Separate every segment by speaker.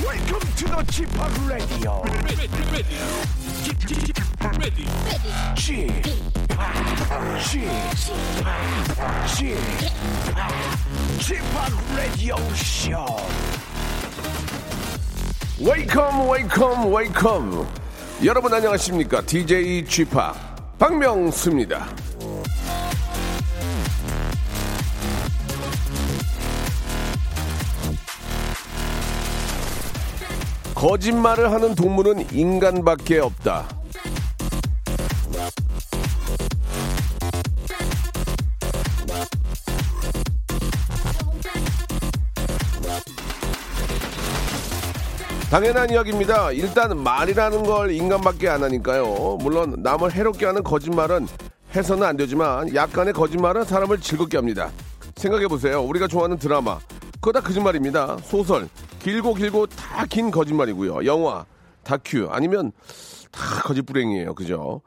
Speaker 1: Welcome to the g p o p Radio.
Speaker 2: ready, ready, ready, ready.
Speaker 1: g p o p g p o p g p o p Radio Show.
Speaker 3: 웨이컴 웨이컴 웨이컴 여러분 안녕하십니까 DJ g p o p 박명수입니다 거짓말을 하는 동물은 인간밖에 없다 당연한 이야기입니다. 일단 말이라는 걸 인간밖에 안 하니까요. 물론 남을 해롭게 하는 거짓말은 해서는 안 되지만 약간의 거짓말은 사람을 즐겁게 합니다. 생각해 보세요. 우리가 좋아하는 드라마 그거 다 거짓말입니다. 소설 길고 길고 다 긴 거짓말이고요. 영화 다큐 아니면 다 거짓불행이에요. 그죠?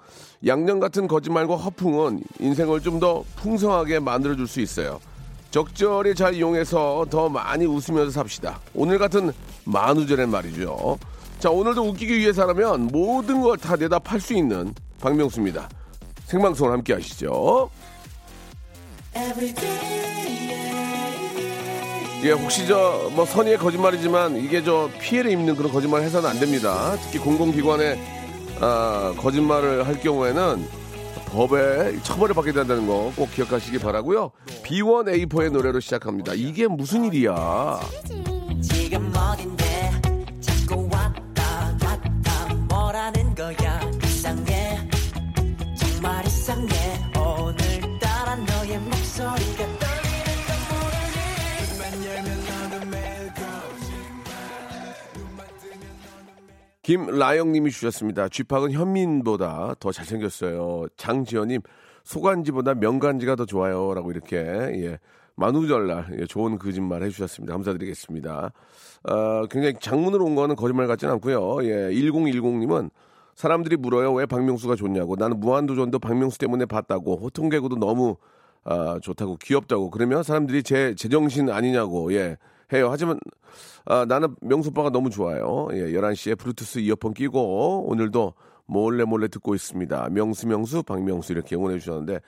Speaker 3: 양념 같은 거짓말과 허풍은 인생을 좀 더 풍성하게 만들어줄 수 있어요. 적절히 잘 이용해서 더 많이 웃으면서 삽시다. 오늘 같은 만우절엔 말이죠. 자, 오늘도 웃기기 위해서라면 모든 걸 다 대답할 수 있는 박명수입니다. 생방송을 함께 하시죠. 예, 혹시 저 뭐 선의의 거짓말이지만 이게 저 피해를 입는 그런 거짓말 해서는 안 됩니다. 특히 공공기관에 아, 거짓말을 할 경우에는 법에 처벌을 받게 된다는 거 꼭 기억하시기 바라고요. B1A4의 노래로 시작합니다. 이게 무슨 일이야?
Speaker 4: 지금 어딘데 자꾸 왔다 갔다 뭐라는 거야 이상해 정말 이상해 오늘따라 너의 목소리가
Speaker 3: 김라영님이 주셨습니다. 쥐팍은 현민보다 더 잘생겼어요. 장지연님 소간지보다 명간지가 더 좋아요라고 이렇게 예, 만우절날 예, 좋은 거짓말 해주셨습니다. 감사드리겠습니다. 어, 굉장히 장문으로 온 거는 거짓말 같지는 않고요. 예, 1010님은 사람들이 물어요 왜 박명수가 좋냐고 나는 무한도전도 박명수 때문에 봤다고 호통개구도 너무 아, 좋다고 귀엽다고 그러면 사람들이 제 제정신 아니냐고 예 해요 하지만 아, 나는 명수 오빠가 너무 좋아요 예 11시에 블루투스 이어폰 끼고 오늘도 몰래 몰래 듣고 있습니다 명수 명수 박명수 이렇게 응원해 주셨는데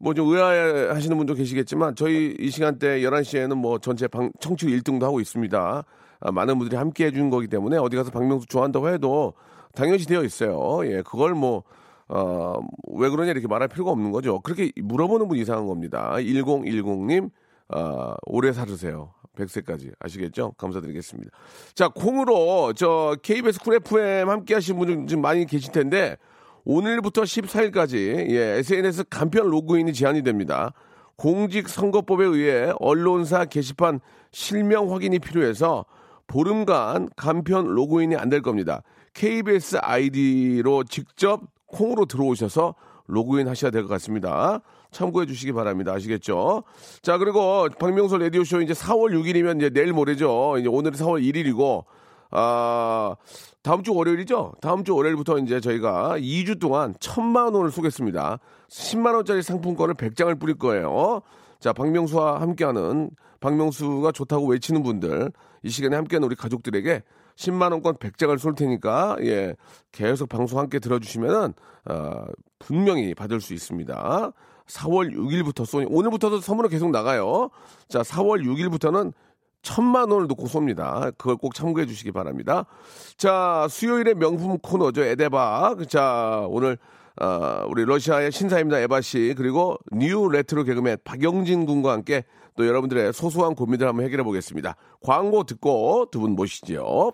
Speaker 3: 뭐 좀 의아해 하시는 분도 계시겠지만 저희 이 시간대 11시에는 뭐 전체 방, 청취 1등도 하고 있습니다 아, 많은 분들이 함께 해준 거기 때문에 어디 가서 박명수 좋아한다고 해도 당연시 되어 있어요 예 그걸 뭐 어, 왜 그러냐 이렇게 말할 필요가 없는 거죠. 그렇게 물어보는 분 이상한 겁니다. 1010님, 어, 오래 살으세요. 100세까지. 아시겠죠? 감사드리겠습니다. 자, 콩으로 저 KBS 쿨 FM 함께 하신 분들 지금 많이 계실 텐데 오늘부터 14일까지 예, SNS 간편 로그인이 제한이 됩니다. 공직선거법에 의해 언론사 게시판 실명 확인이 필요해서 보름간 간편 로그인이 안 될 겁니다. KBS 아이디로 직접 콩으로 들어오셔서 로그인 하셔야 될 것 같습니다. 참고해 주시기 바랍니다. 아시겠죠? 자, 그리고 박명수 라디오쇼 이제 4월 6일이면 이제 내일 모레죠. 이제 오늘이 4월 1일이고, 아, 다음 주 월요일이죠? 다음 주 월요일부터 이제 저희가 2주 동안 1000만 원을 쏘겠습니다. 10만 원짜리 상품권을 100장을 뿌릴 거예요. 자, 박명수와 함께하는 박명수가 좋다고 외치는 분들 이 시간에 함께하는 우리 가족들에게 10만 원권 100장을 쏠 테니까 예 계속 방송 함께 들어주시면은 어, 분명히 받을 수 있습니다. 4월 6일부터 쏘니 오늘부터도 선물은 계속 나가요. 자, 4월 6일부터는 천만 원을 놓고 쏩니다. 그걸 꼭 참고해 주시기 바랍니다. 자, 수요일의 명품 코너죠. 에데박. 자, 오늘 아, 우리 러시아의 신사입니다. 에바 씨 그리고 뉴 레트로 개그맨 박영진 군과 함께 또 여러분들의 소소한 고민들 한번 해결해 보겠습니다. 광고 듣고 두 분 모시죠.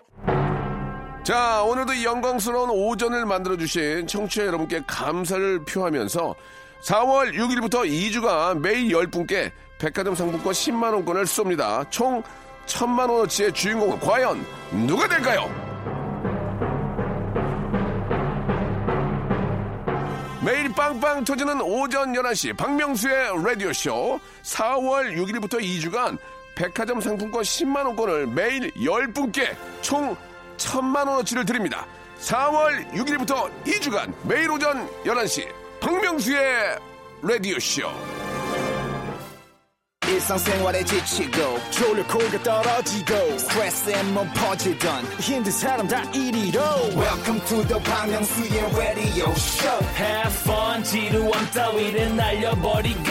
Speaker 3: 자, 오늘도 영광스러운 오전을 만들어주신 청취자 여러분께 감사를 표하면서 4월 6일부터 2주간 매일 10분께 백화점 상품권 10만원권을 쏩니다. 총 1000만원어치의 주인공은 과연 누가 될까요? 매일 빵빵 터지는 오전 11시 박명수의 라디오쇼 4월 6일부터 2주간 백화점 상품권 10만원권을 매일 10분께 총 1000만원어치를 드립니다. 4월 6일부터 2주간 매일 오전 11시 박명수의 라디오쇼
Speaker 5: 일상생활에 지치고, 졸려 코가 떨어지고, 스트레스에 몸 퍼지던, 힘든 사람 다 이리로. welcome to the Bang Myung-soo's radio show
Speaker 6: Have fun 지루함 따위를 날려버리고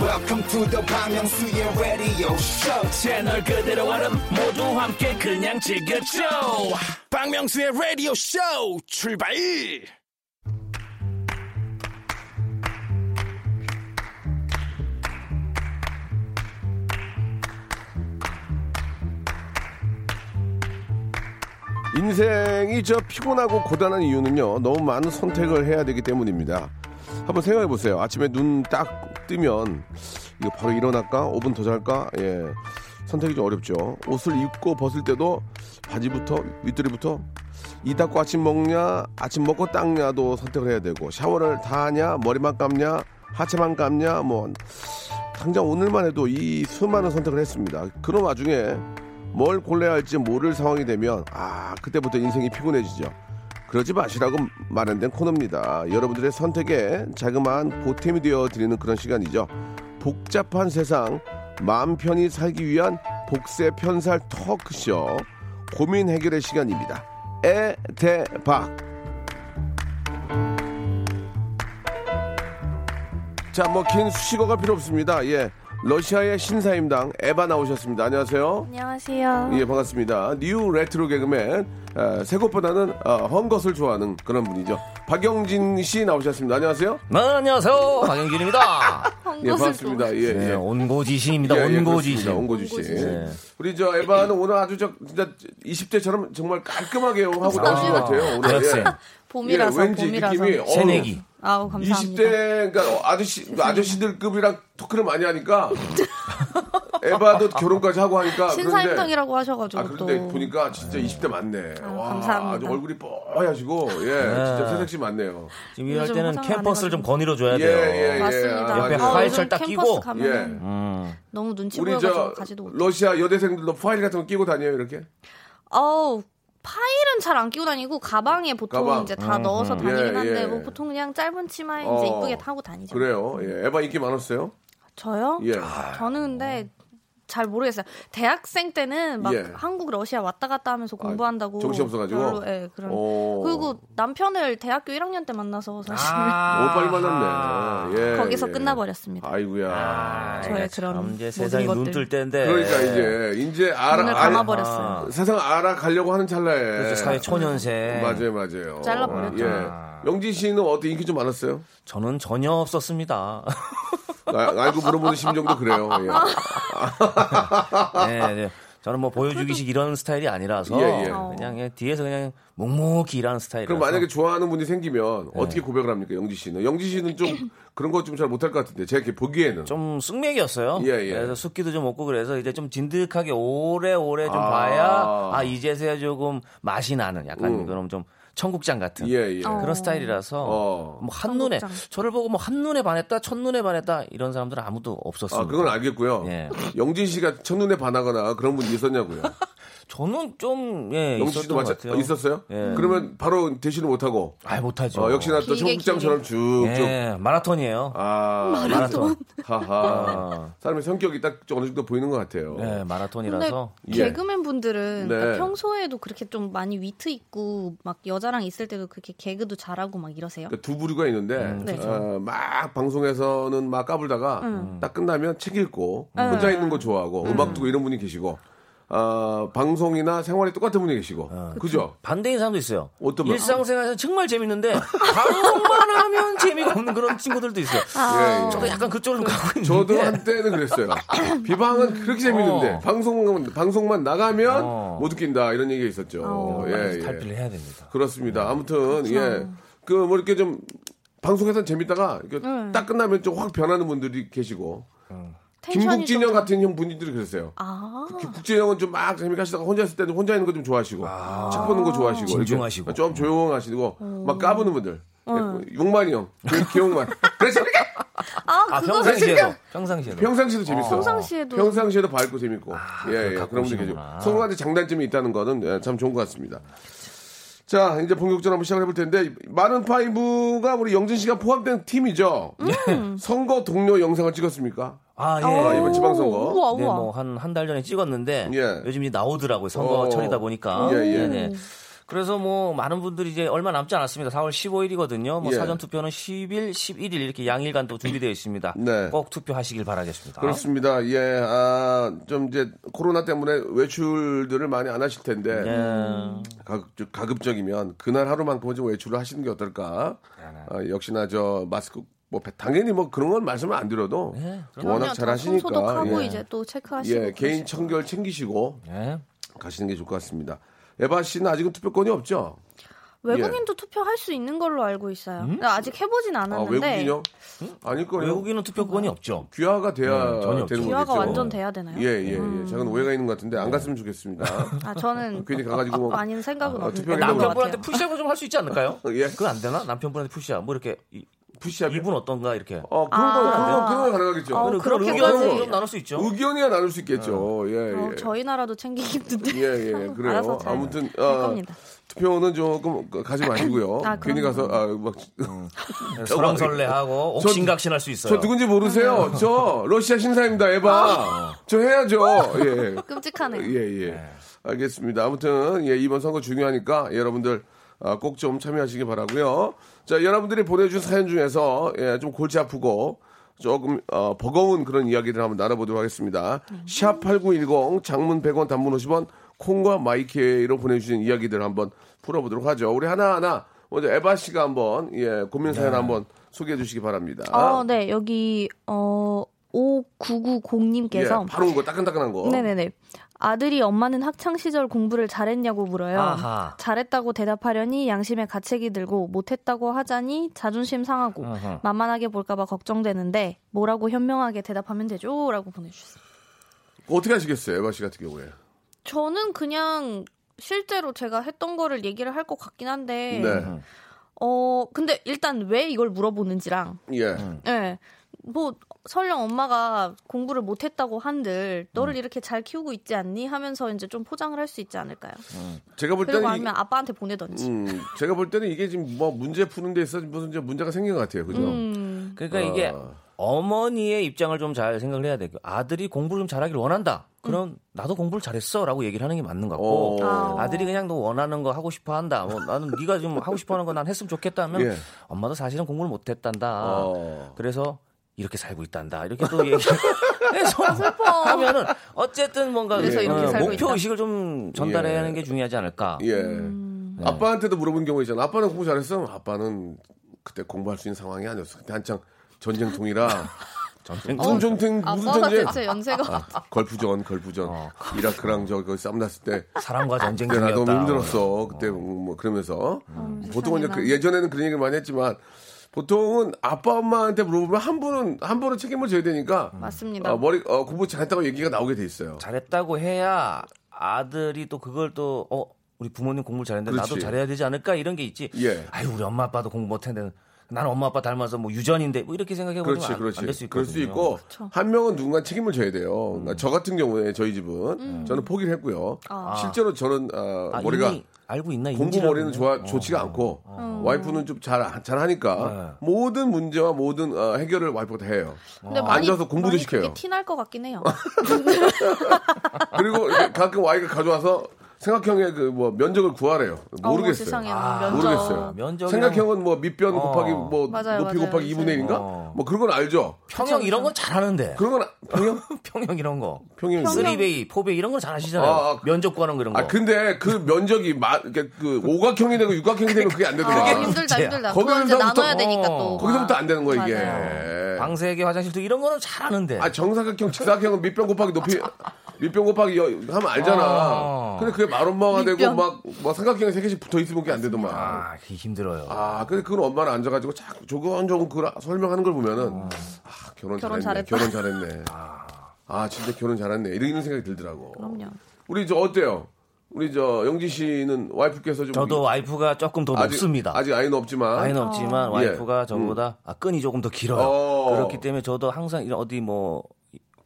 Speaker 5: welcome to the Bang Myung-soo's radio show
Speaker 6: 채널 그대로 얼음 모두 함께 그냥 즐겨줘
Speaker 2: 박명수의 라디오 쇼 출발
Speaker 6: 네,
Speaker 3: 인생이 저 피곤하고 고단한 이유는요 너무 많은 선택을 해야 되기 때문입니다 한번 생각해 보세요 아침에 눈 딱 뜨면 이거 바로 일어날까 5분 더 잘까 예 선택이 좀 어렵죠 옷을 입고 벗을 때도 바지부터 윗도리부터 이 닦고 아침 먹냐 아침 먹고 닦냐도 선택을 해야 되고 샤워를 다 하냐 머리만 감냐 하체만 감냐 뭐 당장 오늘만 해도 이 수많은 선택을 했습니다. 그런 와중에 뭘 골라야 할지 모를 상황이 되면 아 그때부터 인생이 피곤해지죠. 그러지 마시라고 말한 된 코너입니다. 여러분들의 선택에 자그마한 보탬이 되어 드리는 그런 시간이죠. 복잡한 세상 마음 편히 살기 위한 복세 편살 터크쇼 고민 해결의 시간입니다. 에대박 자, 뭐 긴 수식어가 필요 없습니다. 예. 러시아의 신사임당 에바 나오셨습니다. 안녕하세요.
Speaker 7: 안녕하세요.
Speaker 3: 예, 반갑습니다. 뉴 레트로 개그맨 어, 새 것보다는 어, 헌 것을 좋아하는 그런 분이죠. 박영진 씨 나오셨습니다. 안녕하세요.
Speaker 6: 네, 안녕하세요 박영길입니다
Speaker 3: 예, 반갑습니다. 예,
Speaker 6: 네,
Speaker 3: 예.
Speaker 6: 온고지신입니다
Speaker 3: 예, 예,
Speaker 6: 온고지신
Speaker 3: 그렇습니다. 온고지신.
Speaker 6: 네.
Speaker 3: 우리 저 에바는 오늘 아주 저 진짜 20대처럼 정말 깔끔하게 하고 나오신 것 같아요. 오늘
Speaker 6: 대학생.
Speaker 7: 아, 봄이라서
Speaker 3: 예, 왠지
Speaker 7: 봄이라서.
Speaker 3: 느낌이 어우,
Speaker 6: 새내기
Speaker 7: 아우 감사합니다.
Speaker 3: 20대 그러니까 아저씨 아저씨들급이랑 토크를 많이 하니까 에바도 결혼까지 하고 하니까 그런데
Speaker 7: 신사임당이라고 하셔가지고
Speaker 3: 아 그런데
Speaker 7: 또
Speaker 3: 보니까 진짜 20대 맞네. 와,
Speaker 7: 감사합니다.
Speaker 3: 아주 얼굴이 뽀하시고 예,
Speaker 6: 네.
Speaker 3: 진짜 새색시 맞네요.
Speaker 6: 지금 일할
Speaker 7: 요즘
Speaker 6: 때는
Speaker 7: 화장 안
Speaker 6: 캠퍼스를 좀
Speaker 7: 해가지고.
Speaker 6: 거닐어 줘야
Speaker 3: 예,
Speaker 6: 돼요
Speaker 3: 예, 예.
Speaker 7: 맞습니다.
Speaker 6: 옆에
Speaker 3: 아주-
Speaker 7: 아,
Speaker 6: 파일
Speaker 7: 요즘
Speaker 6: 철딱
Speaker 7: 캠퍼스
Speaker 6: 끼고.
Speaker 7: 가면은
Speaker 3: 예.
Speaker 6: 음.
Speaker 7: 너무 눈치
Speaker 3: 우리
Speaker 7: 보여가지고
Speaker 3: 저
Speaker 7: 가지도 못.
Speaker 3: 러시아 여대생들도 파일 같은 거 끼고 다녀요 이렇게.
Speaker 7: 어우 파일은 잘 안 끼고 다니고 가방에 보통
Speaker 3: 가방.
Speaker 7: 이제
Speaker 6: 음,
Speaker 7: 다 넣어서
Speaker 3: 예,
Speaker 7: 다니긴 한데
Speaker 3: 예.
Speaker 7: 뭐 보통 그냥 짧은 치마에
Speaker 3: 어.
Speaker 7: 이제 이쁘게 타고 다니죠.
Speaker 3: 그래요. 예, 에바 인기 많았어요.
Speaker 7: 저요?
Speaker 3: 예.
Speaker 6: 아.
Speaker 7: 저는 근데 잘 모르겠어요. 대학생 때는 막
Speaker 3: 어. 예.
Speaker 7: 한국 러시아 왔다 갔다 하면서 공부한다고
Speaker 3: 정신 없어가지고?
Speaker 7: 별로, 예, 그런.
Speaker 3: 오.
Speaker 7: 그리고 남편을 대학교 1학년 때 만나서 사실
Speaker 3: 오 빨리
Speaker 6: 아.
Speaker 3: 만났네. 아, 예,
Speaker 7: 거기서
Speaker 3: 예.
Speaker 7: 끝나버렸습니다.
Speaker 3: 아이고야.
Speaker 7: 저의 그런
Speaker 6: 예, 이제
Speaker 7: 모든
Speaker 6: 세상이 눈
Speaker 7: 것들.
Speaker 6: 뜰 때인데
Speaker 3: 그러니까 이제 이제 알아
Speaker 7: 눈을
Speaker 3: 알-
Speaker 7: 감아버렸어요.
Speaker 6: 아,
Speaker 3: 세상 알아가려고 하는 찰나에.
Speaker 6: 그렇죠 사회 초년생
Speaker 3: 예. 맞아요, 맞아요.
Speaker 7: 잘라버렸죠.
Speaker 3: 예. 영진 씨는 어때 인기 좀 많았어요?
Speaker 6: 저는 전혀 없었습니다
Speaker 3: 아, 알고 물어보는 심정도 그래요. 예.
Speaker 7: 아.
Speaker 6: 네, 네. 저는 뭐 보여주기식 이런 스타일이 아니라서
Speaker 3: 예, 예.
Speaker 6: 그냥 예, 뒤에서 그냥 묵묵히 일하는 스타일이라서 네.
Speaker 3: 그럼 만약에 좋아하는 분이 생기면 어떻게 고백을 합니까, 영지 씨는? 영지 씨는 좀 그런 것 좀 잘 못할 것 같은데 제가 이렇게 보기에는
Speaker 6: 좀 숙맥이었어요.
Speaker 3: 예, 예.
Speaker 6: 그래서 숙기도 좀 없고 그래서 이제 좀 진득하게 오래오래 좀
Speaker 3: 아.
Speaker 6: 봐야 아 이제서야 조금 맛이 나는 약간
Speaker 3: 음.
Speaker 6: 그런 좀 청국장 같은
Speaker 3: 예, 예.
Speaker 7: 어.
Speaker 6: 그런 스타일이라서
Speaker 3: 어.
Speaker 6: 뭐 한눈에
Speaker 7: 청국장.
Speaker 6: 저를 보고 뭐 한눈에 반했다 첫눈에 반했다 이런 사람들은 아무도 없었어요.
Speaker 3: 아, 그건 알겠고요.
Speaker 6: 예.
Speaker 3: 영진 씨가 첫눈에 반하거나 그런 분이 있었냐고요.
Speaker 6: 저는 좀 예,
Speaker 3: 영진 씨도
Speaker 6: 있었던 것
Speaker 3: 마찬
Speaker 6: 같아요.
Speaker 3: 있었어요?
Speaker 6: 예.
Speaker 3: 그러면 바로 대신을 못 하고
Speaker 6: 아 못하죠.
Speaker 3: 어, 역시나 또
Speaker 7: 길게,
Speaker 3: 청국장처럼 쭉쭉
Speaker 6: 예, 마라톤이에요.
Speaker 3: 아,
Speaker 6: 마라톤.
Speaker 3: 하하. 사람의 성격이 딱 어느 정도 보이는 것 같아요.
Speaker 6: 아. 예,
Speaker 7: 네, 근데
Speaker 6: 마라톤이라서
Speaker 3: 예.
Speaker 7: 개그맨 분들은 그러니까
Speaker 3: 네.
Speaker 7: 평소에도 그렇게 좀 많이 위트 있고 막 여자랑 있을 때도 그렇게 개그도 잘하고 막 이러세요?
Speaker 3: 그러니까 두 부류가 있는데
Speaker 7: 네.
Speaker 3: 어, 막 방송에서는 막 까불다가 딱 끝나면 책 읽고 혼자 있는 거 좋아하고 음. 악 듣고 이런 분이 계시고 어, 방송이나 생활에 똑같은 분이 계시고 그죠?
Speaker 6: 반대인 사람도 있어요.
Speaker 3: 어떤 분?
Speaker 6: 일상생활에서 정말 재밌는데 방송만 하면 재미가 없는 그런 친구들도 있어요.
Speaker 7: 아.
Speaker 3: 예, 예.
Speaker 6: 저도 약간 그쪽으로 가고 있는.
Speaker 3: 저도 한때는 그랬어요. 비방은 그렇게 재밌는데
Speaker 6: 어.
Speaker 3: 방송만 방송만 나가면
Speaker 6: 어.
Speaker 3: 못 웃긴다 이런 얘기가 있었죠. 예, 예.
Speaker 6: 탈피를 해야 됩니다.
Speaker 3: 그렇습니다. 아무튼 예. 그 뭐 이렇게 좀 방송에서는 재밌다가 이렇게 딱 끝나면 좀 확 변하는 분들이 계시고
Speaker 7: 텐션이
Speaker 3: 김국진
Speaker 7: 좀-
Speaker 3: 형 같은 형 분들이 그러세요.
Speaker 7: 아,
Speaker 3: 국진 형은 좀 막 재미가 시다가 혼자 있을 때는 혼자 있는 거 좀 좋아하시고 책 보는 거 좋아하시고 이렇게
Speaker 6: 진중하시고.
Speaker 3: 좀 조용하시고 막 까부는 분들 예, 용만이 형 그- 기억만 그래서 이렇게
Speaker 7: 아,
Speaker 6: 아,
Speaker 7: 그거
Speaker 6: 평상시에도 평상시에도
Speaker 3: 평상시에도 재밌어
Speaker 7: 평상시에도.
Speaker 3: 평상시에도 밝고 재밌고 예, 예
Speaker 6: 갖고
Speaker 3: 그런 분들 계시고
Speaker 6: 오시는구나.
Speaker 3: 서로한테 장단점이 있다는 거는 예, 참 좋은 것 같습니다 자, 이제 본격적으로 한번 시작을 해볼 텐데, 마른파이브가 우리 영진 씨가 포함된 팀이죠? 선거 동료 영상을 찍었습니까?
Speaker 6: 아,
Speaker 3: 아,
Speaker 7: 어,
Speaker 6: 예.
Speaker 3: 이번 지방선거.
Speaker 7: 우와,
Speaker 6: 네,
Speaker 7: 우와.
Speaker 6: 뭐, 한, 한 달 전에 찍었는데,
Speaker 3: 예.
Speaker 6: 요즘 이제 나오더라고요. 선거철이다
Speaker 3: 어.
Speaker 6: 보니까.
Speaker 3: 예, 예.
Speaker 6: 네네. 그래서 뭐, 많은 분들이 이제 얼마 남지 않았습니다. 4월 15일이거든요. 뭐,
Speaker 3: 예.
Speaker 6: 사전투표는 10일, 11일 이렇게 양일간 또 준비되어 있습니다.
Speaker 3: 네.
Speaker 6: 꼭 투표하시길 바라겠습니다.
Speaker 3: 그렇습니다. 예, 아, 좀 이제 코로나 때문에 외출들을 많이 안 하실 텐데,
Speaker 6: 네.
Speaker 3: 가급, 가급적이면 그날 하루만큼은 좀 외출을 하시는 게 어떨까?
Speaker 6: 네.
Speaker 3: 아, 역시나 저 마스크, 뭐, 당연히 뭐 그런 건 말씀을 안 드려도
Speaker 6: 네.
Speaker 3: 워낙 잘 하시니까.
Speaker 7: 소독하고
Speaker 3: 예.
Speaker 7: 이제 또 체크하시고.
Speaker 3: 예, 개인 청결 챙기시고
Speaker 6: 예.
Speaker 3: 가시는 게 좋을 것 같습니다. 에바 씨는 아직은 투표권이 없죠?
Speaker 7: 외국인도 투표할 수 있는 걸로 알고 있어요. 아직 해보진
Speaker 3: 아,
Speaker 7: 않았는데.
Speaker 3: 외국인요? 아닐 거예요.
Speaker 6: 외국인은 투표권이 없죠.
Speaker 3: 귀화가 돼야
Speaker 6: 네, 전혀
Speaker 3: 되는 거겠죠.
Speaker 6: 없죠.
Speaker 7: 귀화가 완전 돼야 되나요? 음.
Speaker 3: 예, 예, 예. 작은 오해가 있는 것 같은데 안 갔으면 좋겠습니다.
Speaker 7: 아 저는
Speaker 3: 괜히 가가지고 뭐-
Speaker 7: 아닌 생각은
Speaker 3: 아,
Speaker 7: 없는데
Speaker 3: 투표하겠다고
Speaker 7: 그런 것
Speaker 6: 남편분한테
Speaker 7: 같아요.
Speaker 6: 푸시업을 좀 할 수 있지 않을까요?
Speaker 3: 예.
Speaker 6: 그거 안 되나? 남편분한테 푸시업. 뭐 이렇게, 이,
Speaker 3: 푸시업.
Speaker 6: 이분 어떤가 이렇게.
Speaker 3: 어, 그런 거, 그런 거, 그런 거 가능하겠죠.
Speaker 7: 아. 어,
Speaker 6: 그런
Speaker 7: 그렇게까지.
Speaker 6: 의견을 좀 나눌 수 있죠.
Speaker 3: 의견이야 나눌 수 있겠죠. 예, 예.
Speaker 7: 어, 저희 나라도 챙기기 힘든데.
Speaker 3: 예, 예, 그래요.
Speaker 7: 알아서 잘
Speaker 3: 아무튼,
Speaker 7: 될
Speaker 3: 어,
Speaker 7: 겁니다.
Speaker 3: 투표는 조금 가지 마시고요.
Speaker 7: 아,
Speaker 3: 괜히
Speaker 7: 그럼요.
Speaker 3: 가서, 아, 막,
Speaker 6: 설렁설레하고
Speaker 3: 저-
Speaker 6: 옥신각신할 수 있어요.
Speaker 3: 저 누군지
Speaker 7: 음.
Speaker 3: 모르세요. 저 러시아 신사입니다. 에바. 저 해야죠. 예.
Speaker 7: 끔찍하네요.
Speaker 3: 예, 예. 알겠습니다. 아무튼 예, 이번 선거 중요하니까 여러분들 아, 꼭 좀 참여하시기 바라고요. 자, 여러분들이 보내준 사연 중에서 예, 좀 골치 아프고 조금 어, 버거운 그런 이야기들 한번 나눠보도록 하겠습니다. 샵 #8910 장문 100원, 단문 50원, 콩과 마이케이로 보내주신 이야기들 한번 풀어보도록 하죠. 우리 하나 하나 먼저 에바 씨가 한번 예, 고민 사연 한번 소개해 주시기 바랍니다.
Speaker 7: 어, 네, 여기, 어, 5990님께서.
Speaker 3: 예, 바로 온 거 따끈따끈한 거.
Speaker 7: 네네네. 아들이 엄마는 학창시절 공부를 잘했냐고 물어요.
Speaker 6: 아하.
Speaker 7: 잘했다고 대답하려니 양심에 가책이 들고 못했다고 하자니 자존심 상하고 만만하게 볼까봐 걱정되는데 뭐라고 현명하게 대답하면 되죠? 라고 보내주셨어요.
Speaker 3: 어떻게 하시겠어요, 에바 씨 같은 경우에?
Speaker 7: 저는 그냥 실제로 제가 했던 거를 얘기를 할 것 같긴 한데
Speaker 3: 네.
Speaker 7: 어 근데 일단 왜 이걸 물어보는지랑
Speaker 3: 예.
Speaker 7: 예. 뭐 설령 엄마가 공부를 못했다고 한들 너를
Speaker 6: 음.
Speaker 7: 이렇게 잘 키우고 있지 않니 하면서 이제 좀 포장을 할 수 있지 않을까요?
Speaker 3: 제가 볼 때는
Speaker 7: 그리고
Speaker 3: 이-
Speaker 7: 아니면 아빠한테 보내던지.
Speaker 3: 음, 제가 볼 때는 이게 지금 뭐 문제 푸는 데 있어서 무슨 이제 문제가 생긴 것 같아요. 그죠?
Speaker 7: 음,
Speaker 3: 음. 아,
Speaker 6: 그러니까 이게
Speaker 3: 어.
Speaker 6: 어머니의 입장을 좀 잘 생각을 해야 돼요. 아들이 공부를 좀 잘하길 원한다. 그럼 나도 공부를 잘했어라고 얘기를 하는 게 맞는 것 같고
Speaker 7: 어.
Speaker 6: 아들이 그냥 너 원하는 거 하고 싶어 한다. 뭐 나는 네가 좀 하고 싶어 하는 거 난 했으면 좋겠다 하면
Speaker 3: 예.
Speaker 6: 엄마도 사실은 공부를 못 했단다.
Speaker 7: 아.
Speaker 3: 어.
Speaker 6: 그래서 이렇게 살고 있단다. 이렇게 또 얘기해서 하면은 어쨌든 뭔가
Speaker 7: 그래서 이렇게
Speaker 6: 어,
Speaker 7: 살고
Speaker 6: 목표
Speaker 7: 있다.
Speaker 6: 의식을 좀
Speaker 3: 예.
Speaker 6: 전달하는 게 중요하지 않을까.
Speaker 3: 예.
Speaker 7: 음.
Speaker 6: 네.
Speaker 3: 아빠한테도 물어본 경우 있잖아. 아빠는 공부 잘했어? 아빠는 그때 공부할 수 있는 상황이 아니었어. 그때 한창 전쟁통이라.
Speaker 6: 어,
Speaker 3: 무슨 전쟁, 무슨
Speaker 7: 어, 음. 아빠가
Speaker 3: 전쟁?
Speaker 7: 대체 연세가
Speaker 3: 아, 걸프전, 걸프전.
Speaker 6: 어.
Speaker 3: 이라크랑 저거 싸움 났을 때.
Speaker 6: 사랑과 전쟁
Speaker 3: 그때 나 너무
Speaker 6: 중이었다.
Speaker 3: 힘들었어. 그때 뭐 그러면서 보통은 이제
Speaker 7: 어, 세상에나.
Speaker 3: 그 예전에는 그런 얘기를 많이 했지만 보통은 아빠 엄마한테 물어보면 한 분은 한 분은 책임을 져야 되니까
Speaker 6: 음.
Speaker 7: 맞습니다.
Speaker 3: 어, 머리 어, 공부 잘했다고 얘기가 나오게 돼 있어요.
Speaker 6: 잘했다고 해야 아들이 또 그걸 또 어, 우리 부모님 공부 를 잘했는데 나도
Speaker 3: 그렇지.
Speaker 6: 잘해야 되지 않을까 이런 게 있지.
Speaker 3: 예.
Speaker 6: 아유 우리 엄마 아빠도 공부 못했는데 나는 엄마 아빠 닮아서 뭐 유전인데 뭐 이렇게 생각해 보면
Speaker 3: 그렇지, 그렇지.
Speaker 6: 안될 수 있거든요. 음.
Speaker 3: 그럴 수 있고
Speaker 7: 그렇죠.
Speaker 3: 한 명은 누군가 책임을 져야 돼요. 그러니까 저 같은 경우에 저희 집은
Speaker 7: 음.
Speaker 3: 저는 포기를 했고요.
Speaker 7: 아.
Speaker 3: 실제로 저는 어,
Speaker 6: 아,
Speaker 3: 머리가
Speaker 6: 이미 어. 알고 있나
Speaker 3: 공부
Speaker 6: 인지라고
Speaker 3: 머리는
Speaker 6: 그러네.
Speaker 3: 좋아, 좋지가 않고 와이프는 좀 잘 잘하니까
Speaker 6: 네.
Speaker 3: 모든 문제와 모든 어, 해결을 와이프가 다 해요.
Speaker 7: 근데
Speaker 3: 앉아서 공부도
Speaker 7: 많이
Speaker 3: 시켜요.
Speaker 7: 그게 티날 것 같긴 해요.
Speaker 3: 그리고 이렇게 가끔 와이가 가져와서 생각형의 그 뭐 면적을 구하래요.
Speaker 7: 어머, 뭐
Speaker 3: 모르겠어요.
Speaker 7: 세상에
Speaker 6: 아,
Speaker 7: 면접.
Speaker 3: 모르겠어요.
Speaker 6: 면적이랑-
Speaker 3: 생각형은 뭐 밑변
Speaker 6: 어.
Speaker 3: 곱하기 뭐
Speaker 7: 맞아요,
Speaker 3: 높이
Speaker 7: 맞아요,
Speaker 3: 곱하기 2분의 1인가?
Speaker 6: 어.
Speaker 3: 뭐 그런 건 알죠.
Speaker 6: 평형 이런 건 잘하는데
Speaker 3: 그런 건 아- 평형
Speaker 6: 평형 이런 거
Speaker 3: 평형이
Speaker 7: 평형.
Speaker 6: 쓰리 베이 포베이 이런 건 잘하시잖아요.
Speaker 3: 아, 아,
Speaker 6: 면접 구하는 거 이런 거.
Speaker 3: 아 근데 그 면적이 마, 그러니까 그 오각형이 되고 육각형이 되면 그게 안
Speaker 7: 아,
Speaker 3: 되더라.
Speaker 7: 힘들다 힘들다.
Speaker 3: 거기서부터-
Speaker 7: 그거 이제 나눠야 되니까
Speaker 6: 어,
Speaker 7: 또.
Speaker 3: 거기서부터 안 되는 거야 이게.
Speaker 7: 맞아요.
Speaker 6: 방세계 화장실 도 이런 거는 잘하는데.
Speaker 3: 아 정사각형, 직사각형은 밑변 곱하기 높이 밑변 곱하기 여, 하면 알잖아.
Speaker 6: 아.
Speaker 3: 근데 그게 말엄마가 되고
Speaker 7: 밑변.
Speaker 3: 막, 막 삼각형이 세 개씩 붙어 있으면 그게 안 되더만.
Speaker 6: 아, 그게 힘들어요.
Speaker 3: 아, 근데 그건 엄마는 앉아가지고 자꾸 조근조근 그 설명하는 걸 보면은 아, 결혼,
Speaker 7: 결혼
Speaker 3: 잘했네.
Speaker 7: 잘했다.
Speaker 3: 결혼 잘했네. 아, 진짜 결혼 잘했네. 이런 생각이 들더라고.
Speaker 7: 그럼요.
Speaker 3: 우리 저 어때요? 우리 저 영지 씨는 와이프께서 좀
Speaker 6: 저도 와이프가 조금 더
Speaker 3: 아직,
Speaker 6: 높습니다.
Speaker 3: 아직 아이는 없지만
Speaker 6: 나이는
Speaker 7: 어.
Speaker 6: 없지만
Speaker 3: 예.
Speaker 6: 와이프가 저보다 아, 끈이 조금 더 길어요.
Speaker 3: 어.
Speaker 6: 그렇기 때문에 저도 항상 이런 어디 뭐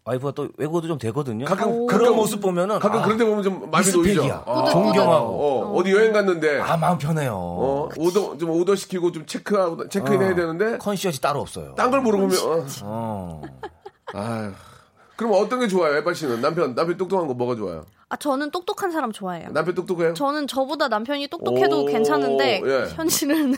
Speaker 6: 와이프가 또 외고도 좀 되거든요.
Speaker 3: 가끔-
Speaker 6: 그런
Speaker 3: 가끔-
Speaker 6: 모습 보면은
Speaker 3: 가끔
Speaker 6: 아,
Speaker 3: 그런데 보면 좀 마음이 놓이죠.
Speaker 6: 미스팩이야.
Speaker 3: 어,
Speaker 6: 존경하고
Speaker 3: 어, 어디 여행 갔는데
Speaker 6: 아 마음 편해요.
Speaker 3: 어, 오더 좀 오더 시키고 좀 체크하고
Speaker 6: 아.
Speaker 3: 체크인 해야 되는데
Speaker 6: 컨시어지 따로 없어요.
Speaker 3: 딴 걸 물어보면 어,
Speaker 6: 어.
Speaker 3: 아휴. 그럼 어떤 게 좋아요, 에바 씨는? 남편, 남편 똑똑한 거 뭐가 좋아요?
Speaker 7: 아 저는 똑똑한 사람 좋아해요.
Speaker 3: 남편 똑똑해요?
Speaker 7: 저는 저보다 남편이 똑똑해도
Speaker 3: 오,
Speaker 7: 괜찮은데
Speaker 3: 예. 아.
Speaker 7: 현실은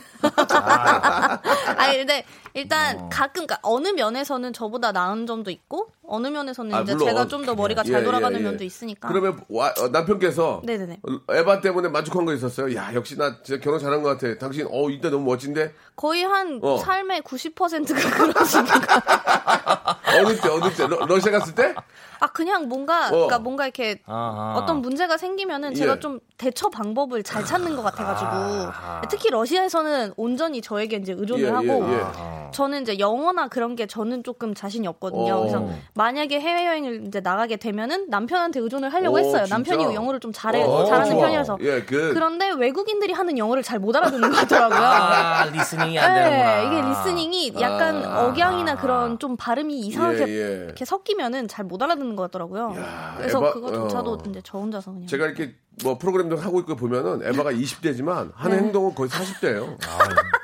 Speaker 7: 아니 근데 일단 가끔 그러니까 어느 면에서는 저보다 나은 점도 있고 어느 면에서는
Speaker 3: 아,
Speaker 7: 이제
Speaker 3: 물론.
Speaker 7: 제가 좀 더 머리가
Speaker 3: 예,
Speaker 7: 잘
Speaker 3: 예,
Speaker 7: 돌아가는
Speaker 3: 예.
Speaker 7: 면도 있으니까
Speaker 3: 그러면 와- 어, 남편께서
Speaker 7: 네네네.
Speaker 3: 에바 때문에 만족한 거 있었어요? 야, 역시 나 진짜 결혼 잘한 것 같아. 당신, 어, 이때 너무 멋진데?
Speaker 7: 거의 한
Speaker 3: 어.
Speaker 7: 삶의 90%가 그런 식인가
Speaker 3: 어느 때, 어느 때? 러, 시아 갔을 때?
Speaker 7: 아 그냥 뭔가 그러니까 뭔가 이렇게
Speaker 6: 아하.
Speaker 7: 어떤 문제가 생기면은 제가
Speaker 3: 어. 예.
Speaker 7: 좀 대처 방법을 잘 찾는 것 같아가지고 특히 러시아에서는 온전히 저에게 이제 의존을
Speaker 3: 예, 예,
Speaker 7: 하고
Speaker 3: 예.
Speaker 7: 저는 이제 영어나 그런 게 저는 조금 자신이 없거든요.
Speaker 3: 어.
Speaker 7: 그래서 만약에 해외 여행을 이제 나가게 되면은 남편한테 의존을 하려고
Speaker 3: 오,
Speaker 7: 했어요.
Speaker 3: 진짜?
Speaker 7: 남편이 영어를 좀 잘해
Speaker 3: 어,
Speaker 7: 잘하는
Speaker 3: 좋아.
Speaker 7: 편이라서
Speaker 3: 예, 그.
Speaker 7: 그런데 외국인들이 하는 영어를 잘 못 알아듣는 것 같더라고요.
Speaker 6: 아, 리스닝이 안 되는구나.
Speaker 7: 네, 이게 리스닝이 약간 억양이나 그런 좀 발음이 이상하게
Speaker 3: 아, 예, 예.
Speaker 7: 이렇게 섞이면은 잘 못 알아듣는 것 같더라고요.
Speaker 3: 야,
Speaker 7: 그래서
Speaker 3: 에바-
Speaker 7: 그거조차도
Speaker 3: 어.
Speaker 7: 이제 저 혼자서 그냥
Speaker 3: 제가 이렇게 뭐 프로그램도 하고 있고 보면은 에바가
Speaker 7: 예.
Speaker 3: 20대지만 하는
Speaker 7: 네.
Speaker 3: 행동은 거의 40대예요.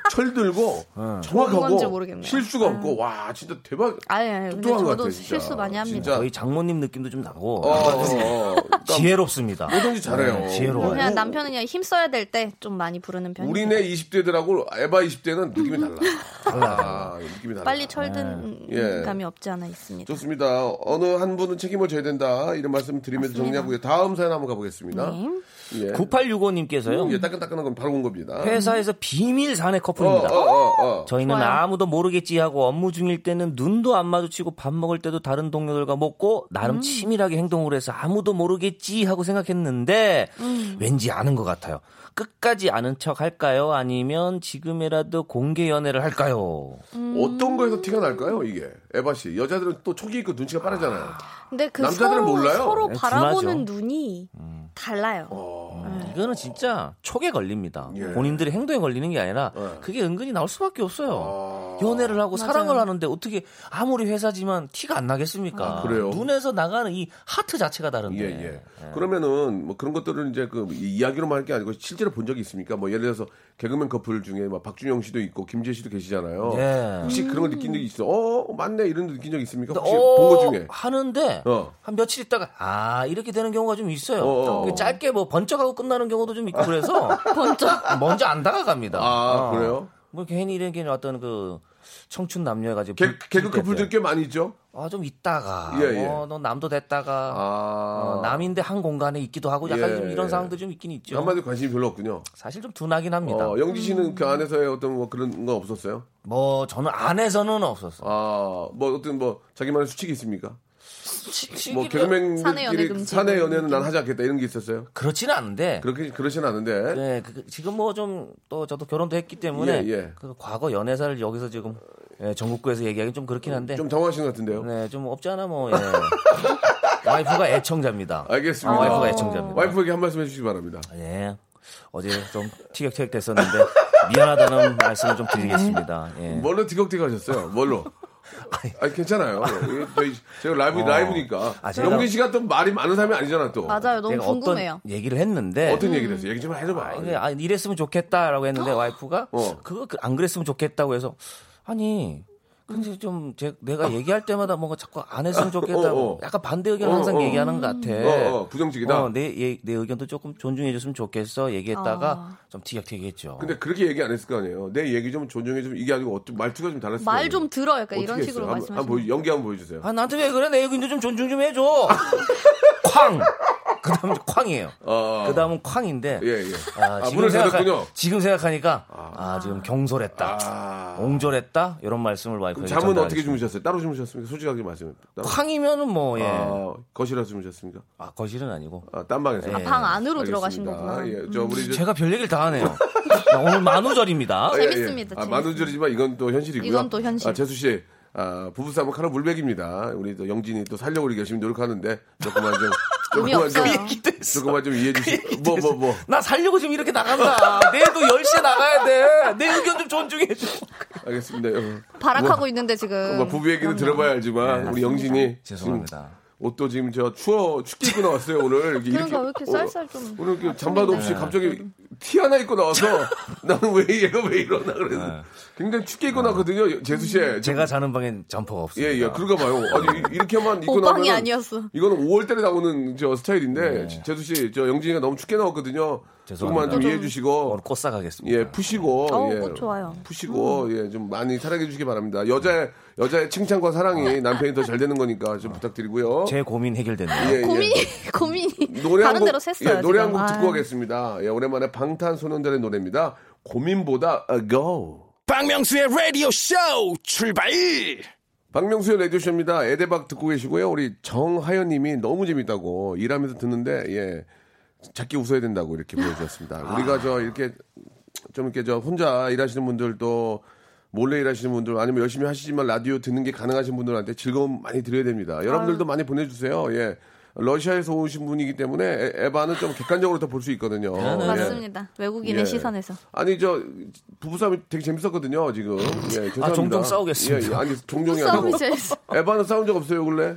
Speaker 3: 철들고
Speaker 7: 뭔 건지
Speaker 3: 정확하고
Speaker 7: 모르겠네요. 음.
Speaker 3: 실수가 없고 와 진짜 대박
Speaker 7: 아예 아예 근데
Speaker 3: 똑똑한 것
Speaker 7: 저도
Speaker 3: 같아요. 진짜.
Speaker 7: 실수 많이 합니다.
Speaker 3: 진짜.
Speaker 6: 거의 장모님 느낌도 좀 나고
Speaker 3: 어, 어, 어. 그러니까
Speaker 6: 지혜롭습니다.
Speaker 3: 뭐든지 잘해요.
Speaker 6: 네, 지혜로워요.
Speaker 7: 그냥 남편은 그냥 힘 써야 될 때 좀 많이 부르는 편이에요.
Speaker 3: 어, 우리네 20대들하고 에바 20대는 느낌이 달라. 달라. 느낌이 달라.
Speaker 7: 빨리 철든
Speaker 3: 예.
Speaker 7: 감이 없지 않아 있습니다.
Speaker 3: 좋습니다. 어느 한 분은 책임을 져야 된다. 이런 말씀 드리면서 정리하고요. 다음 사연 한번 가보겠습니다.
Speaker 7: 네.
Speaker 3: 예.
Speaker 6: 9865님께서요.
Speaker 3: 예, 따끈따끈한 건 바로 온 겁니다.
Speaker 6: 회사에서 비밀 사내
Speaker 3: 어, 어,
Speaker 6: 커플입니다.
Speaker 3: 어, 어.
Speaker 6: 저희는
Speaker 7: 좋아요.
Speaker 6: 아무도 모르겠지 하고 업무 중일 때는 눈도 안 마주치고 밥 먹을 때도 다른 동료들과 먹고 나름
Speaker 7: 음.
Speaker 6: 치밀하게 행동을 해서 아무도 모르겠지 하고 생각했는데
Speaker 7: 음.
Speaker 6: 왠지 아는 것 같아요. 끝까지 아는 척 할까요? 아니면 지금이라도 공개 연애를 할까요?
Speaker 3: 어떤 거에서 티가 날까요, 이게? 에바 씨. 여자들은 또 촉이 있고 눈치가 빠르잖아요.
Speaker 7: 근데 그
Speaker 3: 남자들은
Speaker 7: 서로
Speaker 3: 몰라요. 어,
Speaker 7: 서로
Speaker 6: 네, 둔하죠.
Speaker 7: 바라보는
Speaker 6: 음.
Speaker 7: 눈이 달라요.
Speaker 6: 네. 이거는 진짜 촉에 걸립니다.
Speaker 3: 예.
Speaker 6: 본인들의 행동에 걸리는 게 아니라 그게 은근히 나올 수밖에 없어요.
Speaker 3: 아.
Speaker 6: 연애를 하고 사랑을 하는데 어떻게 아무리 회사지만 티가 안 나겠습니까?
Speaker 3: 그래요?
Speaker 6: 눈에서 나가는 이 하트 자체가 다른데.
Speaker 3: 예, 예. 그러면은 뭐 그런 것들을 이제 그 이- 이야기로만 할 게 아니고 실제로 본 적이 있습니까? 뭐 예를 들어서 개그맨 커플 중에 막 박준영 씨도 있고 김지혜 씨도 계시잖아요.
Speaker 6: 예.
Speaker 3: 혹시 그런 걸 느낀 적이 있어? 어, 맞네. 이런 데 느낀 적 있습니까?
Speaker 6: 근데
Speaker 3: 혹시
Speaker 6: 어,
Speaker 3: 본 거 중에.
Speaker 6: 하는데
Speaker 3: 어.
Speaker 6: 한 며칠 있다가 아 이렇게 되는 경우가 좀 있어요.
Speaker 3: 어, 어.
Speaker 6: 이게 짧게 뭐 번쩍하고 끝나는 경우도 좀 있고 그래서 번쩍 먼저 안 다가갑니다.
Speaker 3: 아,
Speaker 6: 어.
Speaker 3: 그래요?
Speaker 6: 뭐 괜히 이런 게 어떤 그 청춘 남녀 가지고
Speaker 3: 개, 개그 커플들 꽤 많이 있죠?
Speaker 6: 어, 아좀 있다가
Speaker 3: 예, 예.
Speaker 6: 어, 너 남도 됐다가
Speaker 3: 아.
Speaker 6: 어, 남인데 한 공간에 있기도 하고 약간
Speaker 3: 예,
Speaker 6: 좀
Speaker 3: 예.
Speaker 6: 이런 상황들이 좀 있긴 있죠. 그러니까.
Speaker 3: 한마디 관심이 별로 없군요.
Speaker 6: 사실 좀 둔하긴 합니다.
Speaker 3: 어, 영지 씨는
Speaker 7: 음.
Speaker 3: 그 안에서의 어떤 뭐 그런 거 없었어요?
Speaker 6: 뭐 저는 안에서는 없었어. 요
Speaker 3: 아, 뭐 어떤 뭐 자기만의 수칙이 있습니까? 뭐
Speaker 7: 사내 연애
Speaker 3: 개그맨들끼리
Speaker 7: 금지.
Speaker 3: 사내 연애는 난 하지 않겠다 이런 게 있었어요?
Speaker 6: 그렇지는 않은데
Speaker 3: 그렇게 그러진 않은데.
Speaker 6: 네, 그, 그- 지금 뭐 좀 또 저도 결혼도 했기 때문에
Speaker 3: 예, 예.
Speaker 6: 그 과거 연애사를 여기서 지금 예, 전국구에서 얘기하기 좀 그렇긴 한데
Speaker 3: 어, 좀 당황하신 것 같은데요.
Speaker 6: 네, 좀 없지 않아 뭐 예. 와이프가 애청자입니다.
Speaker 3: 알겠습니다.
Speaker 6: 아, 와이프가 애청자입니다.
Speaker 3: 와이프에게 한 말씀 해주시기 바랍니다.
Speaker 6: 예. 어제 좀 티격태격 됐었는데 미안하다는 말씀을 좀 드리겠습니다. 예.
Speaker 3: 뭘로 티격태격 하셨어요? 뭘로? 아 괜찮아요. 이게 저희 제가 라이브 라이브니까.
Speaker 6: 아, 제가-
Speaker 3: 영진 씨가 또 말이 많은 사람이 아니잖아 또.
Speaker 7: 맞아요. 너무
Speaker 6: 제가
Speaker 7: 궁금해요.
Speaker 6: 어떤 얘기를 했는데
Speaker 3: 어떤 얘기를 했어요? 얘기 좀 해줘봐.
Speaker 6: 음. 아, 이게 아, 이랬으면 좋겠다라고 했는데 와이프가
Speaker 3: 예. 어.
Speaker 6: 그거 그- 안 그랬으면 좋겠다고 해서 아니 근데 좀 제, 내가 얘기할 때마다 뭔가 자꾸 안 했으면 좋겠다고
Speaker 3: 아. 어, 어.
Speaker 6: 약간 반대 의견을
Speaker 3: 어,
Speaker 6: 항상
Speaker 3: 어.
Speaker 6: 얘기하는 것 같아.
Speaker 3: 어, 어, 부정적이다.
Speaker 6: 네. 어, 내, 얘- 내 의견도 조금 존중해줬으면 좋겠어 얘기했다가 좀 티격태격했죠.
Speaker 3: 근데 그렇게 얘기 안 했을 거 아니에요. 내 얘기 좀 존중해 좀 이게 아니고 어떤 말투가 좀 달랐을
Speaker 7: 말 좀 들어요. 그러니까 이런 식으로
Speaker 3: 한번,
Speaker 7: 말씀하시는
Speaker 3: 한번 보여- 연기 한번 보여주세요.
Speaker 6: 아 나한테 왜 그래 내 의견도 좀 존중 좀 해줘.
Speaker 3: 아.
Speaker 6: 쾅. 그다음 쾅이에요.
Speaker 3: 어.
Speaker 6: 그다음은 쾅인데.
Speaker 3: 예 예. 아,
Speaker 6: 지금
Speaker 3: 문을
Speaker 6: 생각하-
Speaker 3: 닫았군요.
Speaker 6: 지금 생각하니까 아, 지금 경솔했다.
Speaker 3: 아.
Speaker 6: 어, 옹졸했다 이런 말씀을 와이프에게
Speaker 3: 잠은
Speaker 6: 전달하고
Speaker 3: 어떻게
Speaker 6: 싶습니다.
Speaker 3: 주무셨어요? 따로 주무셨습니까? 솔직하게 말씀해. 따로?
Speaker 6: 쾅이면은 뭐 예. 아,
Speaker 3: 아, 거실에서 주무셨습니까?
Speaker 6: 거실은 아니고.
Speaker 3: 아, 딴 방에서.
Speaker 6: 아,
Speaker 7: 방 안으로 들어가신
Speaker 3: 알겠습니다.
Speaker 7: 거구나. 음.
Speaker 3: 예, 저 우리 이제
Speaker 6: 제가 별 얘기를 다 하네요. 나 오늘 만우절입니다.
Speaker 3: 예, 예.
Speaker 7: 재밌습니다,
Speaker 3: 아,
Speaker 7: 재밌습니다.
Speaker 3: 많은 줄이지만 이건 또 현실이고요.
Speaker 7: 이건 또 현실.
Speaker 3: 아, 재수 씨. 아, 부부싸움은 칼로 물백입니다. 우리 또 영진이 또 살려고 우리 열심히 노력하는데 조금만 좀
Speaker 7: 의미
Speaker 3: 조금만 좀
Speaker 7: 없어요.
Speaker 3: 조금만 좀 이해해 주시. 뭐 뭐 뭐.
Speaker 6: 나 살려고 지금 이렇게 나간다. 내일도 10시에 나가야 돼. 내 의견 좀 존중해 줘.
Speaker 3: 알겠습니다.
Speaker 7: 음,
Speaker 3: 어,
Speaker 7: 발악하고
Speaker 3: 뭐,
Speaker 7: 있는데 지금. 아,
Speaker 3: 뭐 부부 얘기는 들어봐야 알지만 우리 영진이
Speaker 6: 네, 죄송합니다.
Speaker 3: 지금 옷도 지금 저 추워 춥게 입고 나왔어요 오늘. 이렇게
Speaker 7: 그러니까 왜 이렇게
Speaker 3: 어,
Speaker 7: 쌀쌀 좀. 네.
Speaker 3: 오늘 이렇게 잠바도 없이 갑자기 티 하나 입고 나와서 나는 왜 얘가 왜 이러나
Speaker 6: 네.
Speaker 3: 그랬는데 굉장히 춥게 입고 나왔거든요 재수 씨.
Speaker 7: 음.
Speaker 6: 제가 자는 방엔 점퍼가 없어요.
Speaker 3: 예예 그런가 봐요. 아니 이- 이렇게만 입고 나면
Speaker 7: 오빵이 아니었어.
Speaker 3: 이거는 5월달에 나오는 저 스타일인데 재수 씨, 저 영진이가 너무 춥게 나왔거든요.
Speaker 6: 네. 죄송합니다.
Speaker 3: 조금만 좀 이해해 주시고
Speaker 6: 오늘 꽃사가겠습니다.
Speaker 3: 어. 예, 푸시고
Speaker 7: 어우,
Speaker 3: 예,
Speaker 7: 꽃 좋아요. 음.
Speaker 3: 푸시고 예, 좀 많이 사랑해 주시기 바랍니다. 여자의 여자의 칭찬과
Speaker 7: 아.
Speaker 3: 사랑이 남편이 더 잘 되는 거니까 좀 부탁드리고요.
Speaker 6: 제 고민 해결됐네요.
Speaker 3: 어. 예, 예.
Speaker 7: 고민이 고민이
Speaker 3: 노래 한
Speaker 7: 다른
Speaker 3: 곡,
Speaker 7: 데로 샜어요.
Speaker 3: 예, 노래
Speaker 7: 지금.
Speaker 3: 한 곡 듣고
Speaker 7: 아유.
Speaker 3: 가겠습니다. 예, 오랜만에 방탄소년단의 노래입니다. 고민보다 a go.
Speaker 2: 박명수의 라디오 쇼 출발!
Speaker 3: 박명수의 레디오쇼입니다. 에데박 듣고 계시고요. 우리 정하연님이 너무 재밌다고 일하면서 듣는데 예 작게 웃어야 된다고 이렇게 보여주셨습니다.
Speaker 6: 아.
Speaker 3: 우리가 저 이렇게 좀 이렇게 저 혼자 일하시는 분들 또 몰래 일하시는 분들 아니면 열심히 하시지만 라디오 듣는 게 가능하신 분들한테 즐거움 많이 드려야 됩니다.
Speaker 6: 아.
Speaker 3: 여러분들도 많이 보내주세요. 예. 러시아에서 오신 분이기 때문에 에- 에바는 좀 객관적으로 더 볼 수 있거든요.
Speaker 6: 아,
Speaker 3: 예.
Speaker 7: 맞습니다. 외국인의
Speaker 3: 예.
Speaker 7: 시선에서.
Speaker 3: 아니 저 부부싸움이 되게 재밌었거든요 지금. 예, 죄송합니다.
Speaker 6: 아, 종종 싸우겠습니다.
Speaker 3: 예, 예, 아니 종종이 아니고.
Speaker 7: 싸움이 제일 싸-
Speaker 3: 에바는 싸운 적 없어요 근래?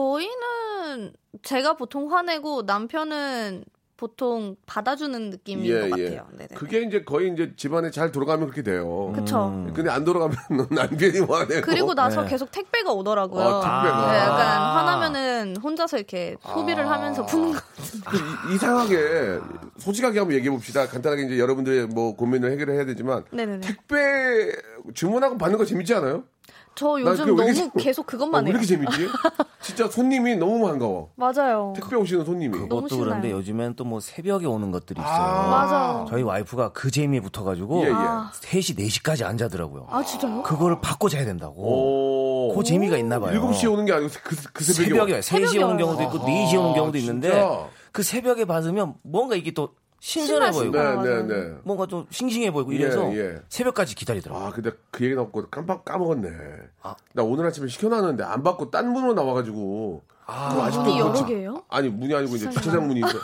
Speaker 7: 저희는 제가 보통 화내고 남편은 보통 받아주는 느낌인 음, 것 같아요. 네네.
Speaker 3: 예, 그게 이제 거의 이제 집안에 잘 돌아가면 그렇게 돼요. 음.
Speaker 7: 그쵸.
Speaker 3: 근데 안뭐 돌아가면 남편이 화내고.
Speaker 7: 그리고 나서 계속 택배가 오더라고요.
Speaker 3: 아, 택배가. 아.
Speaker 7: 네, 약간 화나면은 혼자서 이렇게 소비를 하면서 푸는 거.
Speaker 3: 아, 이- 이상하게 솔직하게 한번 얘기해 봅시다. 간단하게 이제 여러분들의 뭐 고민을 해결해야 되지만
Speaker 7: 네네네.
Speaker 3: 택배 주문하고 받는 거 재밌지 않아요?
Speaker 7: 저
Speaker 3: 나
Speaker 7: 요즘
Speaker 3: 그게 왜
Speaker 7: 너무
Speaker 3: 이렇게 재밌-
Speaker 7: 계속
Speaker 3: 아,
Speaker 7: 그것만
Speaker 3: 왜
Speaker 7: 해요.
Speaker 3: 이렇게 재밌지? 진짜 손님이 너무 반가워.
Speaker 7: 맞아요.
Speaker 3: 택배 오시는 손님이.
Speaker 7: 너무
Speaker 6: 그것도 그런데
Speaker 7: 신나요.
Speaker 6: 요즘엔 또 뭐 새벽에 오는 것들이 있어요.
Speaker 7: 맞아.
Speaker 6: 저희 와이프가 그 재미에
Speaker 3: 아.
Speaker 6: 붙어가지고
Speaker 3: 예, 예.
Speaker 6: 3시, 4시까지 안 자더라고요.
Speaker 7: 아 진짜요?
Speaker 6: 그거를 받고 자야 된다고.
Speaker 3: 오.
Speaker 6: 그 재미가 있나 봐요.
Speaker 3: 7시에 오는 게 아니고 그, 그 새벽에.
Speaker 6: 새벽에 네
Speaker 3: 와. 아,
Speaker 6: 3시에 오는 경우도 있고 4시에 오는 경우도
Speaker 3: 진짜?
Speaker 6: 있는데 그 새벽에 받으면 뭔가 이게 또 신선해
Speaker 7: 신나신다.
Speaker 6: 보이고
Speaker 3: 네, 네,
Speaker 7: 맞아요.
Speaker 3: 네.
Speaker 6: 뭔가 좀 싱싱해 보이고 이래서
Speaker 3: 예, 예.
Speaker 6: 새벽까지 기다리더라고요.
Speaker 3: 아, 근데 그 얘기 나왔고 깜빡 까먹었네. 나 오늘 아침에 시켜놨는데 안 받고 딴 문으로 나와가지고. 아, 직도
Speaker 7: 문이 여러 개예요?
Speaker 3: 아니, 문이 아니고 이제 주차장 문이 있어.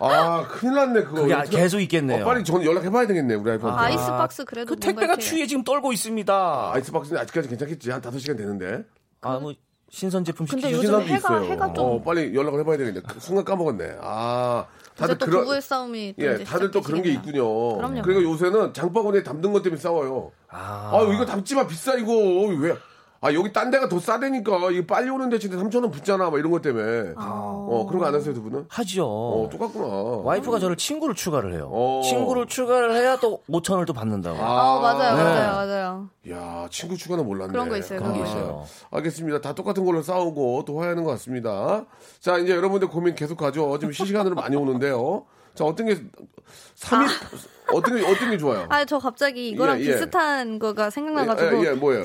Speaker 3: 아, 큰일 났네, 그거.
Speaker 6: 그게 아-
Speaker 3: 어떡해.
Speaker 6: 계속 있겠네요.
Speaker 3: 어, 빨리 전 연락해봐야 되겠네, 우리 아이폰. 아,
Speaker 7: 아이스박스 그래도
Speaker 6: 그
Speaker 7: 뭔가
Speaker 6: 택배가
Speaker 7: 이렇게-
Speaker 6: 추위에 지금 떨고 있습니다.
Speaker 3: 아이스박스는 아직까지 괜찮겠지. 한 5시간 되는데.
Speaker 6: 아, 뭐 신선 제품
Speaker 7: 근데
Speaker 6: 시키지.
Speaker 7: 요즘
Speaker 3: 사람도
Speaker 7: 해가- 해가 좀-
Speaker 3: 어, 빨리 연락을 해봐야 되겠네. 그 순간 까먹었네. 아,
Speaker 7: 이제
Speaker 3: 다들
Speaker 7: 또
Speaker 3: 그런.
Speaker 7: 부부의 싸움이 또
Speaker 3: 예,
Speaker 7: 이제
Speaker 3: 다들 또 그런 게
Speaker 7: 시작해지겠네요.
Speaker 3: 있군요.
Speaker 7: 그럼요.
Speaker 3: 러니까 요새는 장바구니에 담는 것 때문에 싸워요.
Speaker 6: 아,
Speaker 3: 아유 이거 담지 마 비싸 이거 왜? 아 여기 딴 데가 더 싸대니까 이거 빨리 오는 대신에 3천 원 붙잖아 막 이런 것 때문에 어 그런 거 안 하세요 두 분은?
Speaker 6: 하죠.
Speaker 3: 어 똑같구나
Speaker 6: 와이프가 저를 친구를 추가를 해요.
Speaker 3: 어.
Speaker 6: 친구를 추가를 해야 또 5천 원을 또 받는다고.
Speaker 7: 아, 맞아요,
Speaker 3: 네.
Speaker 7: 맞아요, 맞아요.
Speaker 3: 야 친구 추가는 몰랐네
Speaker 7: 그런 거 있어요,
Speaker 3: 그런
Speaker 7: 그런
Speaker 3: 게
Speaker 7: 거
Speaker 3: 있어요 알겠습니다 다 똑같은 걸로 싸우고 또 화해하는 것 같습니다 자 이제 여러분들 고민 계속 가죠 지금 실시간으로 많이 오는데요 자 어떤 게 3위 어떤 게 어떤 게 좋아요?
Speaker 7: 아, 저 갑자기 이거랑
Speaker 3: 예, 예.
Speaker 7: 비슷한 거가 생각나가지고
Speaker 3: 예, 예, 뭐예요?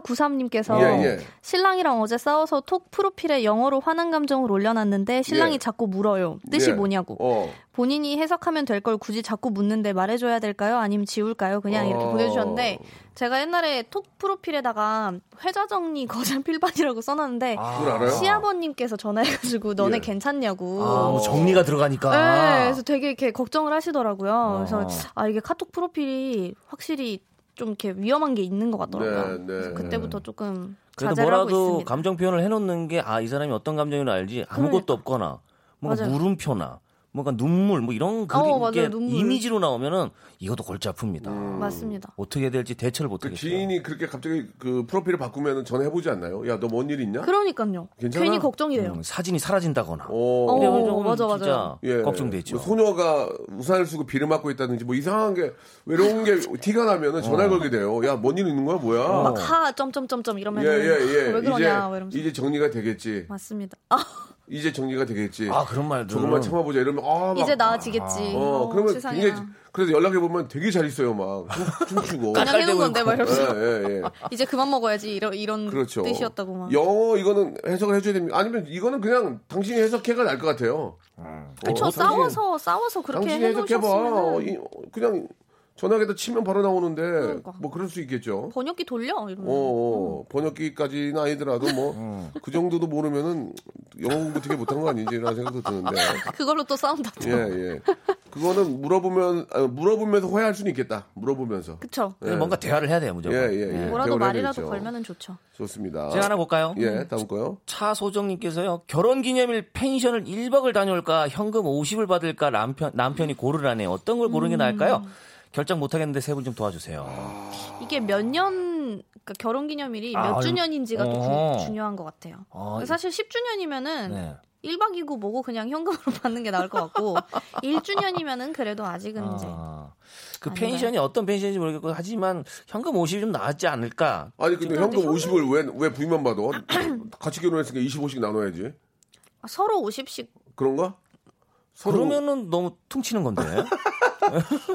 Speaker 7: 3493님께서
Speaker 3: 예, 예.
Speaker 7: 신랑이랑 어제 싸워서 톡 프로필에 영어로 화난 감정을 올려놨는데 신랑이
Speaker 3: 예.
Speaker 7: 자꾸 물어요. 뜻이
Speaker 3: 예.
Speaker 7: 뭐냐고.
Speaker 3: 어.
Speaker 7: 본인이 해석하면 될 걸 굳이 자꾸 묻는데 말해줘야 될까요? 아니면 지울까요? 그냥 이렇게
Speaker 3: 어.
Speaker 7: 보내주셨는데 제가 옛날에 톡 프로필에다가 회자 정리 거절 필반이라고 써놨는데
Speaker 3: 그걸 알아요?
Speaker 7: 시아버님께서 전화해가지고 너네
Speaker 3: 예. 아.
Speaker 7: 괜찮냐고.
Speaker 6: 아, 뭐 정리가 들어가니까.
Speaker 7: 네, 그래서 되게 이렇게 걱정을 하시더라고요. 그래서 아 이게 카톡 프로필이 확실히 좀 이렇게 위험한 게 있는 것 같더라고요.
Speaker 3: 네, 네.
Speaker 7: 그래서 그때부터 조금
Speaker 6: 그래도
Speaker 7: 자제를 하고
Speaker 6: 뭐라도
Speaker 7: 있습니다. 그러니까.
Speaker 6: 감정 표현을 해놓는 게 아 이 사람이 어떤 감정인지 알지 아무것도 없거나 뭔가
Speaker 7: 맞아요.
Speaker 6: 물음표나 뭔가 눈물 뭐 이런 그림
Speaker 7: 어, 맞아요.
Speaker 6: 게
Speaker 7: 눈물.
Speaker 6: 이미지로 나오면은 이것도 골치 아픕니다.
Speaker 7: 맞습니다.
Speaker 6: 어떻게 될지 대처를 못
Speaker 3: 음. 그
Speaker 6: 하겠어요.
Speaker 3: 지인이 그렇게 갑자기 그 프로필을 바꾸면 전화해보지 않나요? 야, 너 뭔 일 있냐?
Speaker 7: 그러니까요.
Speaker 3: 괜찮아?
Speaker 7: 괜히 걱정이 돼요.
Speaker 6: 음, 사진이 사라진다거나.
Speaker 3: 어.
Speaker 7: 어,
Speaker 6: 이러면 조금
Speaker 7: 맞아, 맞아.
Speaker 6: 진짜 걱정되죠.
Speaker 3: 뭐 소녀가 우산을 쓰고 비를 맞고 있다든지 뭐 이상한 게 외로운 게 티가 나면은 전화를 걸게 돼요. 야, 뭔 일 있는 거야? 뭐야?
Speaker 7: 어. 막하 점점점점 이러면
Speaker 3: 예, 예, 예.
Speaker 7: 왜 그러냐 왜 이러면서
Speaker 3: 이제, 이제 정리가 되겠지.
Speaker 7: 맞습니다. 아,
Speaker 3: 이제 정리가 되겠지.
Speaker 6: 아 그런 말들.
Speaker 3: 조금만 참아보자. 이러면, 아, 막.
Speaker 7: 이제 나아지겠지.
Speaker 3: 어, 그러면
Speaker 7: 세상에.
Speaker 3: 굉장히, 그래서 연락해보면 되게 잘 있어요. 막. 춤- 춤추고.
Speaker 7: 그냥 해온
Speaker 6: 깔깔대고
Speaker 7: 건데 막
Speaker 3: 예,
Speaker 7: 이러면서
Speaker 3: 예, 예.
Speaker 7: 이제 그만 먹어야지 이런 이런
Speaker 3: 그렇죠.
Speaker 7: 뜻이었다고 막.
Speaker 3: 영어 이거는 해석을 해줘야 됩니다. 아니면 이거는 그냥 당신이 해석해가 날 것 같아요.
Speaker 7: 그쵸
Speaker 3: 어,
Speaker 7: 싸워서 싸워서 그렇게
Speaker 3: 당신이 해석해봐. 어,
Speaker 7: 해놓으셨으면
Speaker 3: 이- 어, 그냥 전화기다 치면 바로 나오는데
Speaker 7: 그러니까.
Speaker 3: 뭐 그럴 수 있겠죠.
Speaker 7: 번역기 돌려
Speaker 3: 어,
Speaker 7: 이러면.
Speaker 3: 어, 번역기까지는 아니더라도 뭐
Speaker 6: 음.
Speaker 3: 그 정도도 모르면은 영어 공부 되게 못한 거 아닌지라는 생각도 드는데. 네.
Speaker 7: 그걸로 또 싸운다. 또.
Speaker 3: 예, 예. 그거는 물어보면 아, 물어보면서 후회할 수는 있겠다. 물어보면서
Speaker 7: 그쵸.
Speaker 6: 뭔가 대화를 해야 돼요, 무조건.
Speaker 3: 예, 예, 예.
Speaker 7: 뭐라도
Speaker 3: 대화를
Speaker 7: 말이라도
Speaker 3: 해야겠죠.
Speaker 7: 걸면은 좋죠.
Speaker 3: 좋습니다.
Speaker 6: 제가 하나 볼까요?
Speaker 3: 예, 다음 거요.
Speaker 6: 차소정님께서요 결혼 기념일 펜션을 1박을 다녀올까 현금 50을 받을까 남편 남편이 고르라네요. 어떤 걸 고르는 게 나을까요?
Speaker 3: 음.
Speaker 6: 결정 못 하겠는데 세 분 좀 도와주세요.
Speaker 3: 아,
Speaker 7: 이게 몇 년, 그러니까 결혼 기념일이 몇
Speaker 6: 아유.
Speaker 7: 주년인지가 또 주-
Speaker 6: 어.
Speaker 7: 중요한 것 같아요. 그러니까
Speaker 6: 아, 이-
Speaker 7: 사실 10주년이면은
Speaker 6: 네.
Speaker 7: 1박이고 뭐고 그냥 현금으로 받는 게 나을 것 같고 1주년이면은 그래도 아직은 이제
Speaker 6: 아, 그
Speaker 7: 아닌가요?
Speaker 6: 펜션이 어떤 pension인지 모르겠고 하지만 현금 50이 좀 나왔지 않을까?
Speaker 3: 아니 근데 현금
Speaker 7: 현금-
Speaker 3: 50을 왜 왜 부인만 받아? 같이 결혼했으니까 25씩 나눠야지.
Speaker 7: 서로 50씩
Speaker 3: 그런가? 서로
Speaker 6: 그러면은 너무 퉁치는 건데.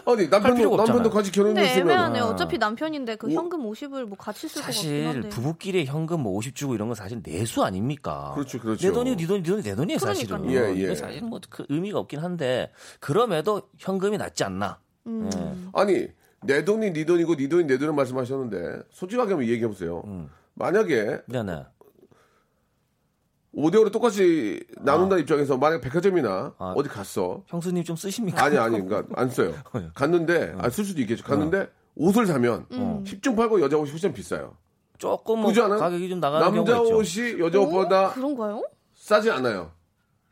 Speaker 3: 아니
Speaker 6: 할 필요가
Speaker 3: 남편도 남편도
Speaker 6: 없잖아요.
Speaker 3: 같이
Speaker 7: 근데
Speaker 3: 결혼했으면
Speaker 7: 애매하네요. 어차피 남편인데 그 현금 50을 뭐 같이 쓸 것 같긴
Speaker 6: 사실
Speaker 7: 한데.
Speaker 6: 부부끼리 현금 50 주고 이런 건 사실 내수 아닙니까?
Speaker 3: 그렇죠, 그렇죠.
Speaker 6: 내 돈이 네 돈이 네 돈이 내 돈이에요, 사실은.
Speaker 3: 그러니까요. 예, 예.
Speaker 6: 이게 사실 뭐 그 의미가 없긴 한데 그럼에도 현금이 낫지 않나?
Speaker 7: 음.
Speaker 3: 아니 내 돈이 네 돈이고 네 돈이 내 돈을 말씀하셨는데 솔직하게 한번 얘기해 보세요.
Speaker 6: 음.
Speaker 3: 만약에
Speaker 6: 네, 네.
Speaker 3: 5대 5로 똑같이 나눈다 입장에서 만약 백화점이나
Speaker 6: 아.
Speaker 3: 어디 갔어.
Speaker 6: 형수님 좀 쓰십니까?
Speaker 3: 아니 아니 그러니까 안 써요.
Speaker 6: 어.
Speaker 3: 갔는데 안 쓸 수도 있겠죠. 갔는데 옷을 사면
Speaker 7: 음.
Speaker 3: 10중 팔고 여자 옷이 훨씬 비싸요.
Speaker 6: 조금 뭐
Speaker 3: 그지 않아요?
Speaker 6: 어. 가격이 좀 나가는
Speaker 3: 남자
Speaker 6: 경우가 있죠.
Speaker 3: 옷이 여자
Speaker 7: 어?
Speaker 3: 옷보다
Speaker 7: 그런가요?
Speaker 3: 싸지 않아요.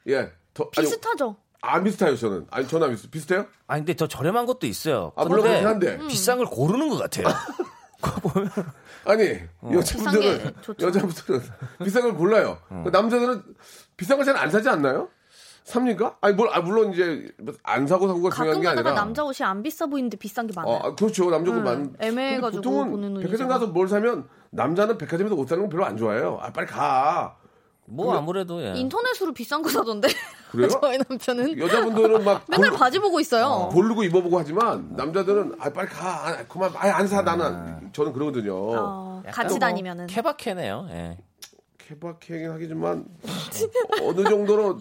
Speaker 3: 예. 더, 아니,
Speaker 7: 비슷하죠.
Speaker 3: 안 비슷해요, 저는. 아니, 저는 안 비슷해요. 비슷해요?
Speaker 6: 아니 근데 더 저렴한 것도 있어요.
Speaker 3: 아, 물론
Speaker 6: 그런데
Speaker 3: 그렇긴 한데. 음.
Speaker 6: 비싼 걸 고르는 것 같아요. 그거 보면
Speaker 3: 아니,
Speaker 7: 비싼
Speaker 3: 여자분들은,
Speaker 7: 게 좋죠.
Speaker 3: 여자분들은 비싼 걸 골라요. 그 남자들은 비싼 걸 잘 안 사지 않나요? 삽니까? 아니, 뭘, 아, 물론 이제 안 사고 사고가 중요한
Speaker 7: 가끔
Speaker 3: 게
Speaker 7: 가다가
Speaker 3: 아니라.
Speaker 7: 남자 옷이 안 비싸 보이는데 비싼 게 많아요. 음,
Speaker 3: 어, 아, 그렇죠. 남자 옷 많.
Speaker 7: 애매해가지고 보는
Speaker 3: 보통은
Speaker 7: 눈이죠.
Speaker 3: 백화점 가서 뭘 사면 남자는 백화점에서 옷 사는 건 별로 안 좋아해요. 아, 빨리 가.
Speaker 6: 뭐 아무래도 예.
Speaker 7: 인터넷으로 비싼 거 사던데.
Speaker 3: 그래요?
Speaker 7: 저희 남편은
Speaker 3: 여자분들은 막
Speaker 7: 맨날
Speaker 3: 골-
Speaker 7: 바지 보고 있어요.
Speaker 3: 고르고 입어보고 하지만 남자들은 아 빨리 가 아, 그만 아예 안 사 나는 저는 아, 그러거든요.
Speaker 7: 어,
Speaker 6: 약간
Speaker 7: 같이
Speaker 6: 뭐
Speaker 7: 다니면은
Speaker 6: 케바케네요.
Speaker 3: 음.
Speaker 6: 예.
Speaker 3: 케바케긴 하겠지만 어느 정도로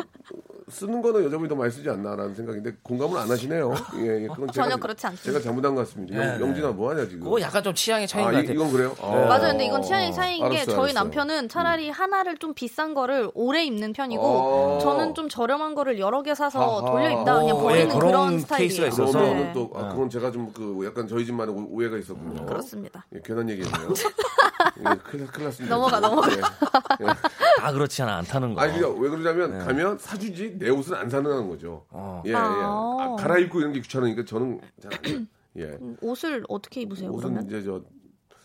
Speaker 3: 쓰는 거는 여자분이 더 많이 쓰지 않나라는 생각인데 공감을 안 하시네요. 예, 예, 그건 제가,
Speaker 7: 전혀 그렇지 않습니다.
Speaker 3: 제가 잘못한 것 같습니다. 영, 영진아 뭐 하냐 지금?
Speaker 6: 네, 그거 약간 좀 취향의 차이인
Speaker 3: 아
Speaker 6: 것
Speaker 3: 이,
Speaker 6: 같아요. 네.
Speaker 3: 건 그래요?
Speaker 7: 맞아요. 근데 이건 취향의 차이인
Speaker 3: 알았어요,
Speaker 7: 게 저희
Speaker 3: 알았어요. 음.
Speaker 7: 남편은 차라리 하나를 좀 비싼 거를 오래 입는 편이고
Speaker 3: 어.
Speaker 7: 저는 좀 저렴한 거를 여러 개 사서
Speaker 3: 아하. 어.
Speaker 7: 돌려 입다 그냥
Speaker 6: 오,
Speaker 7: 버리는
Speaker 6: 예,
Speaker 7: 그런,
Speaker 6: 그런
Speaker 7: 스타일이에요.
Speaker 6: 케이스가 있어서.
Speaker 3: 그러면은
Speaker 7: 네.
Speaker 3: 또 아, 그건 제가 좀 그 약간 저희 집만의 오- 오해가
Speaker 6: 어,
Speaker 3: 있었군요.
Speaker 7: 그렇습니다.
Speaker 3: 예, 괜한 얘기네요. 예, 큰일, 큰일 났습니다.
Speaker 7: 넘어가, 넘어가.
Speaker 3: 예, 예.
Speaker 6: 다 그렇지 않아 않다는 거.
Speaker 3: 아니 그러니까 왜
Speaker 6: 네.
Speaker 3: 그러냐면 가면 사주지 내 옷은 안 사는 거죠.
Speaker 6: 어.
Speaker 3: 예, 예.
Speaker 7: 아.
Speaker 3: 아, 갈아입고 이런 게 귀찮으니까 저는 잘 안- 예.
Speaker 7: 옷을 어떻게 입으세요?
Speaker 3: 옷은
Speaker 7: 음, 그러면
Speaker 3: 이제 저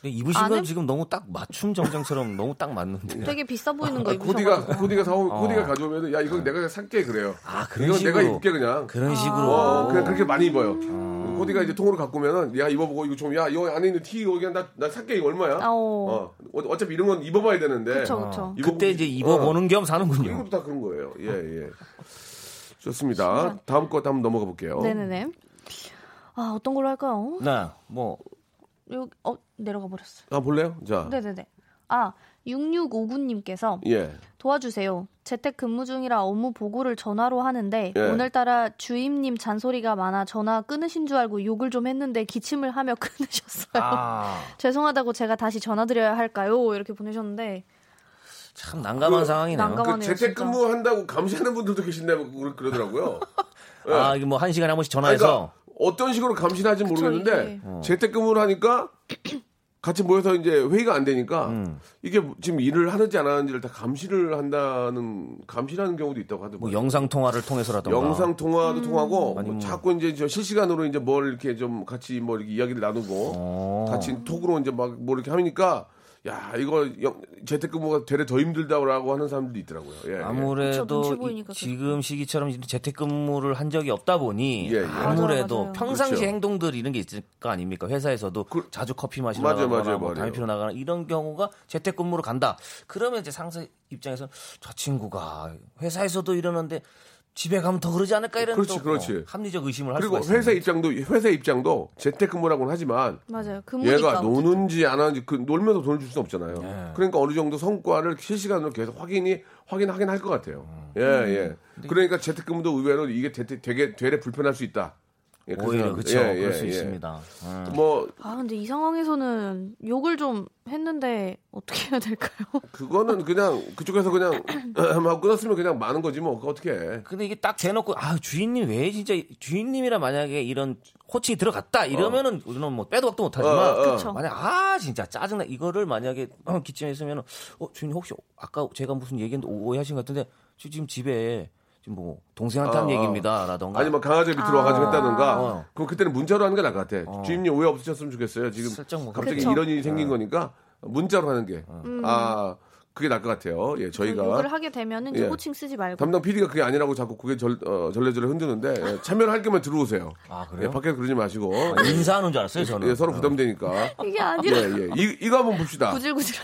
Speaker 6: 근데 입으신 건
Speaker 7: 안에?
Speaker 6: 지금 너무 딱 맞춤 정장처럼 너무 딱
Speaker 3: 네.
Speaker 6: 맞는데.
Speaker 7: 되게 비싸 보이는 거
Speaker 3: 아니,
Speaker 7: 입으셔가지고
Speaker 3: 코디가 코디가 사오 코디가 가져오면 야 이건 내가 살게 그래요.
Speaker 6: 어. 아, 그런
Speaker 3: 이건
Speaker 6: 식으로.
Speaker 3: 내가 입게 그냥.
Speaker 6: 그런 식으로. 아.
Speaker 3: 어, 그냥 그렇게 많이 입어요. 코디가 이제 통으로 갖고 오면은 야 입어보고 이거 좀야 이거 안에 있는 티 이거 그냥 나나 살게 이거 얼마야?
Speaker 7: 아, 오.
Speaker 3: 어. 어, 어차피 이런 건 입어봐야 되는데.
Speaker 7: 그쵸 그쵸.
Speaker 3: 입어보고
Speaker 6: 아, 그때 이제 아.
Speaker 3: 싶-
Speaker 6: 입어보는 겸
Speaker 3: 어,
Speaker 6: 사는군요.
Speaker 3: 이것도 다 그런 거예요. 예 예. 좋습니다. 다음 거 한번 넘어가 볼게요.
Speaker 7: 네네네. 아 어떤 걸로 할까요?
Speaker 6: 네, 뭐
Speaker 7: 여기 어 내려가 버렸어.
Speaker 3: 아 볼래요? 자.
Speaker 7: 네네네. 아 6659님께서
Speaker 3: 예.
Speaker 7: 도와주세요. 재택 근무 중이라 업무 보고를 전화로 하는데
Speaker 3: 예.
Speaker 7: 오늘따라 주임님 잔소리가 많아 전화 끊으신 줄 알고 욕을 좀 했는데 기침을 하며 끊으셨어요.
Speaker 6: 아,
Speaker 7: 죄송하다고 제가 다시 전화 드려야 할까요? 이렇게 보내셨는데
Speaker 6: 참 난감한 상황이네요.
Speaker 7: 난감-
Speaker 3: 그
Speaker 7: 깜깜하네요,
Speaker 3: 재택근무 한다고 감시하는 분들도 계신다고 그러- 그러더라고요.
Speaker 6: 아, 이게 뭐 한 시간에 한 번씩 전화해서
Speaker 3: 네.
Speaker 6: 어.
Speaker 3: 그러니까 어떤 식으로 감시하는지 모르겠는데
Speaker 7: 이게.
Speaker 3: 재택근무를 하니까 같이 모여서 이제 회의가 안 되니까
Speaker 6: 음.
Speaker 3: 이게 지금 일을 하는지 안 하는지를 다 감시를 한다는 감시하는 경우도 있다고 하더라고요.
Speaker 6: 뭐 영상 통화를 통해서라던가
Speaker 3: 영상 통화도
Speaker 7: 음.
Speaker 3: 통하고 뭐
Speaker 6: 아니면 뭐.
Speaker 3: 자꾸 이제 저 실시간으로 이제 뭘 이렇게 좀 같이 뭐 이렇게 이야기를 나누고
Speaker 6: 어.
Speaker 3: 같이 톡으로 이제 막 뭐 이렇게 하니까 야 이거 영- 재택근무가 되려 더 힘들다고 하는 사람들도 있더라고요. 예, 예.
Speaker 7: 그쵸,
Speaker 6: 아무래도
Speaker 7: 눈치
Speaker 6: 이-
Speaker 7: 보이니까 그래.
Speaker 6: 지금 시기처럼 이제 재택근무를 한 적이 없다 보니
Speaker 3: 예, 예.
Speaker 6: 아무래도
Speaker 7: 맞아요, 맞아요.
Speaker 6: 평상시
Speaker 3: 그렇죠. 그
Speaker 6: 행동들 이런 게 있을 거 아닙니까 회사에서도 자주 커피 마시러
Speaker 3: 맞아요,
Speaker 6: 나가거나
Speaker 3: 맞아요,
Speaker 6: 뭐
Speaker 3: 맞아요.
Speaker 6: 담배 피러 나가나 이런 경우가 재택근무로 간다 그러면 이제 상사 입장에서 저 친구가 회사에서도 이러는데 집에 가면 더 그러지 않을까 이런
Speaker 3: 그렇지,
Speaker 6: 또 뭐
Speaker 3: 그렇지.
Speaker 6: 합리적 의심을 할
Speaker 3: 그리고
Speaker 6: 수가
Speaker 3: 회사
Speaker 6: 있습니다.
Speaker 3: 입장도 회사 입장도 재택근무라고는 하지만
Speaker 7: 맞아요.
Speaker 3: 얘가
Speaker 7: 근무니까
Speaker 3: 노는지 안 하는지 그 놀면서 돈을 줄 수는 없잖아요.
Speaker 6: 네.
Speaker 3: 그러니까 어느 정도 성과를 실시간으로 계속 확인이 확인하긴 할 것
Speaker 6: 음.
Speaker 3: 같아요. 예 예. 그러니까 재택근무도 의외로 이게 되, 게 되레 불편할 수 있다. 예, 그
Speaker 6: 오히려
Speaker 3: 생각-
Speaker 6: 그렇죠.
Speaker 3: 예, 예,
Speaker 6: 그럴 수
Speaker 3: 예.
Speaker 6: 있습니다. 음.
Speaker 3: 뭐
Speaker 7: 아 근데 이 상황에서는 욕을 좀 했는데 어떻게 해야 될까요?
Speaker 3: 그거는 그냥 그쪽에서 그냥 하고 끊었으면 그냥 많은 거지 뭐 그거 어떻게 해.
Speaker 6: 근데 이게 딱 대놓고 아 주인님 왜 진짜 주인님이라 만약에 이런 호칭이 들어갔다 이러면은 우리는 뭐 빼도 박도 못하지만
Speaker 3: 어, 어, 어.
Speaker 7: 그쵸.
Speaker 6: 만약 아 진짜 짜증나 이거를 만약에 어, 기침에 있으면 어 주인님 혹시 아까 제가 무슨 얘기했는데 오해하신 것 같은데 저 지금 집에 지금 뭐 동생한테 한
Speaker 3: 어, 어.
Speaker 6: 얘기입니다라던가
Speaker 3: 아니면 강아지 밑으로 와가지고 했다든가
Speaker 6: 뭐. 어.
Speaker 3: 그럼 그때는 문자로 하는 게 나을 것 같아 주임님 오해 없으셨으면 좋겠어요 지금
Speaker 6: 살짝 뭐
Speaker 3: 갑자기
Speaker 7: 그쵸. 음.
Speaker 3: 이런 일이 생긴 거니까 문자로 하는 게 아
Speaker 6: 어.
Speaker 3: 그게 나을 것 같아요 예 저희가
Speaker 7: 욕을 하게 되면은 이제
Speaker 3: 예.
Speaker 7: 호칭 쓰지 말고
Speaker 3: 담당 PD가 그게 아니라고 자꾸 그게 절, 어, 절레절레 흔드는데 예, 참여를 할 거면 들어오세요
Speaker 6: 아, 그래요?
Speaker 3: 예, 밖에서 그러지 마시고
Speaker 6: 인사하는 줄 알았어요 저는 아.
Speaker 3: 예, 서로 부담되니까
Speaker 7: 이게
Speaker 3: 예,
Speaker 7: 아니라
Speaker 3: 예. 이, 이거 한번 봅시다
Speaker 7: 구질구질.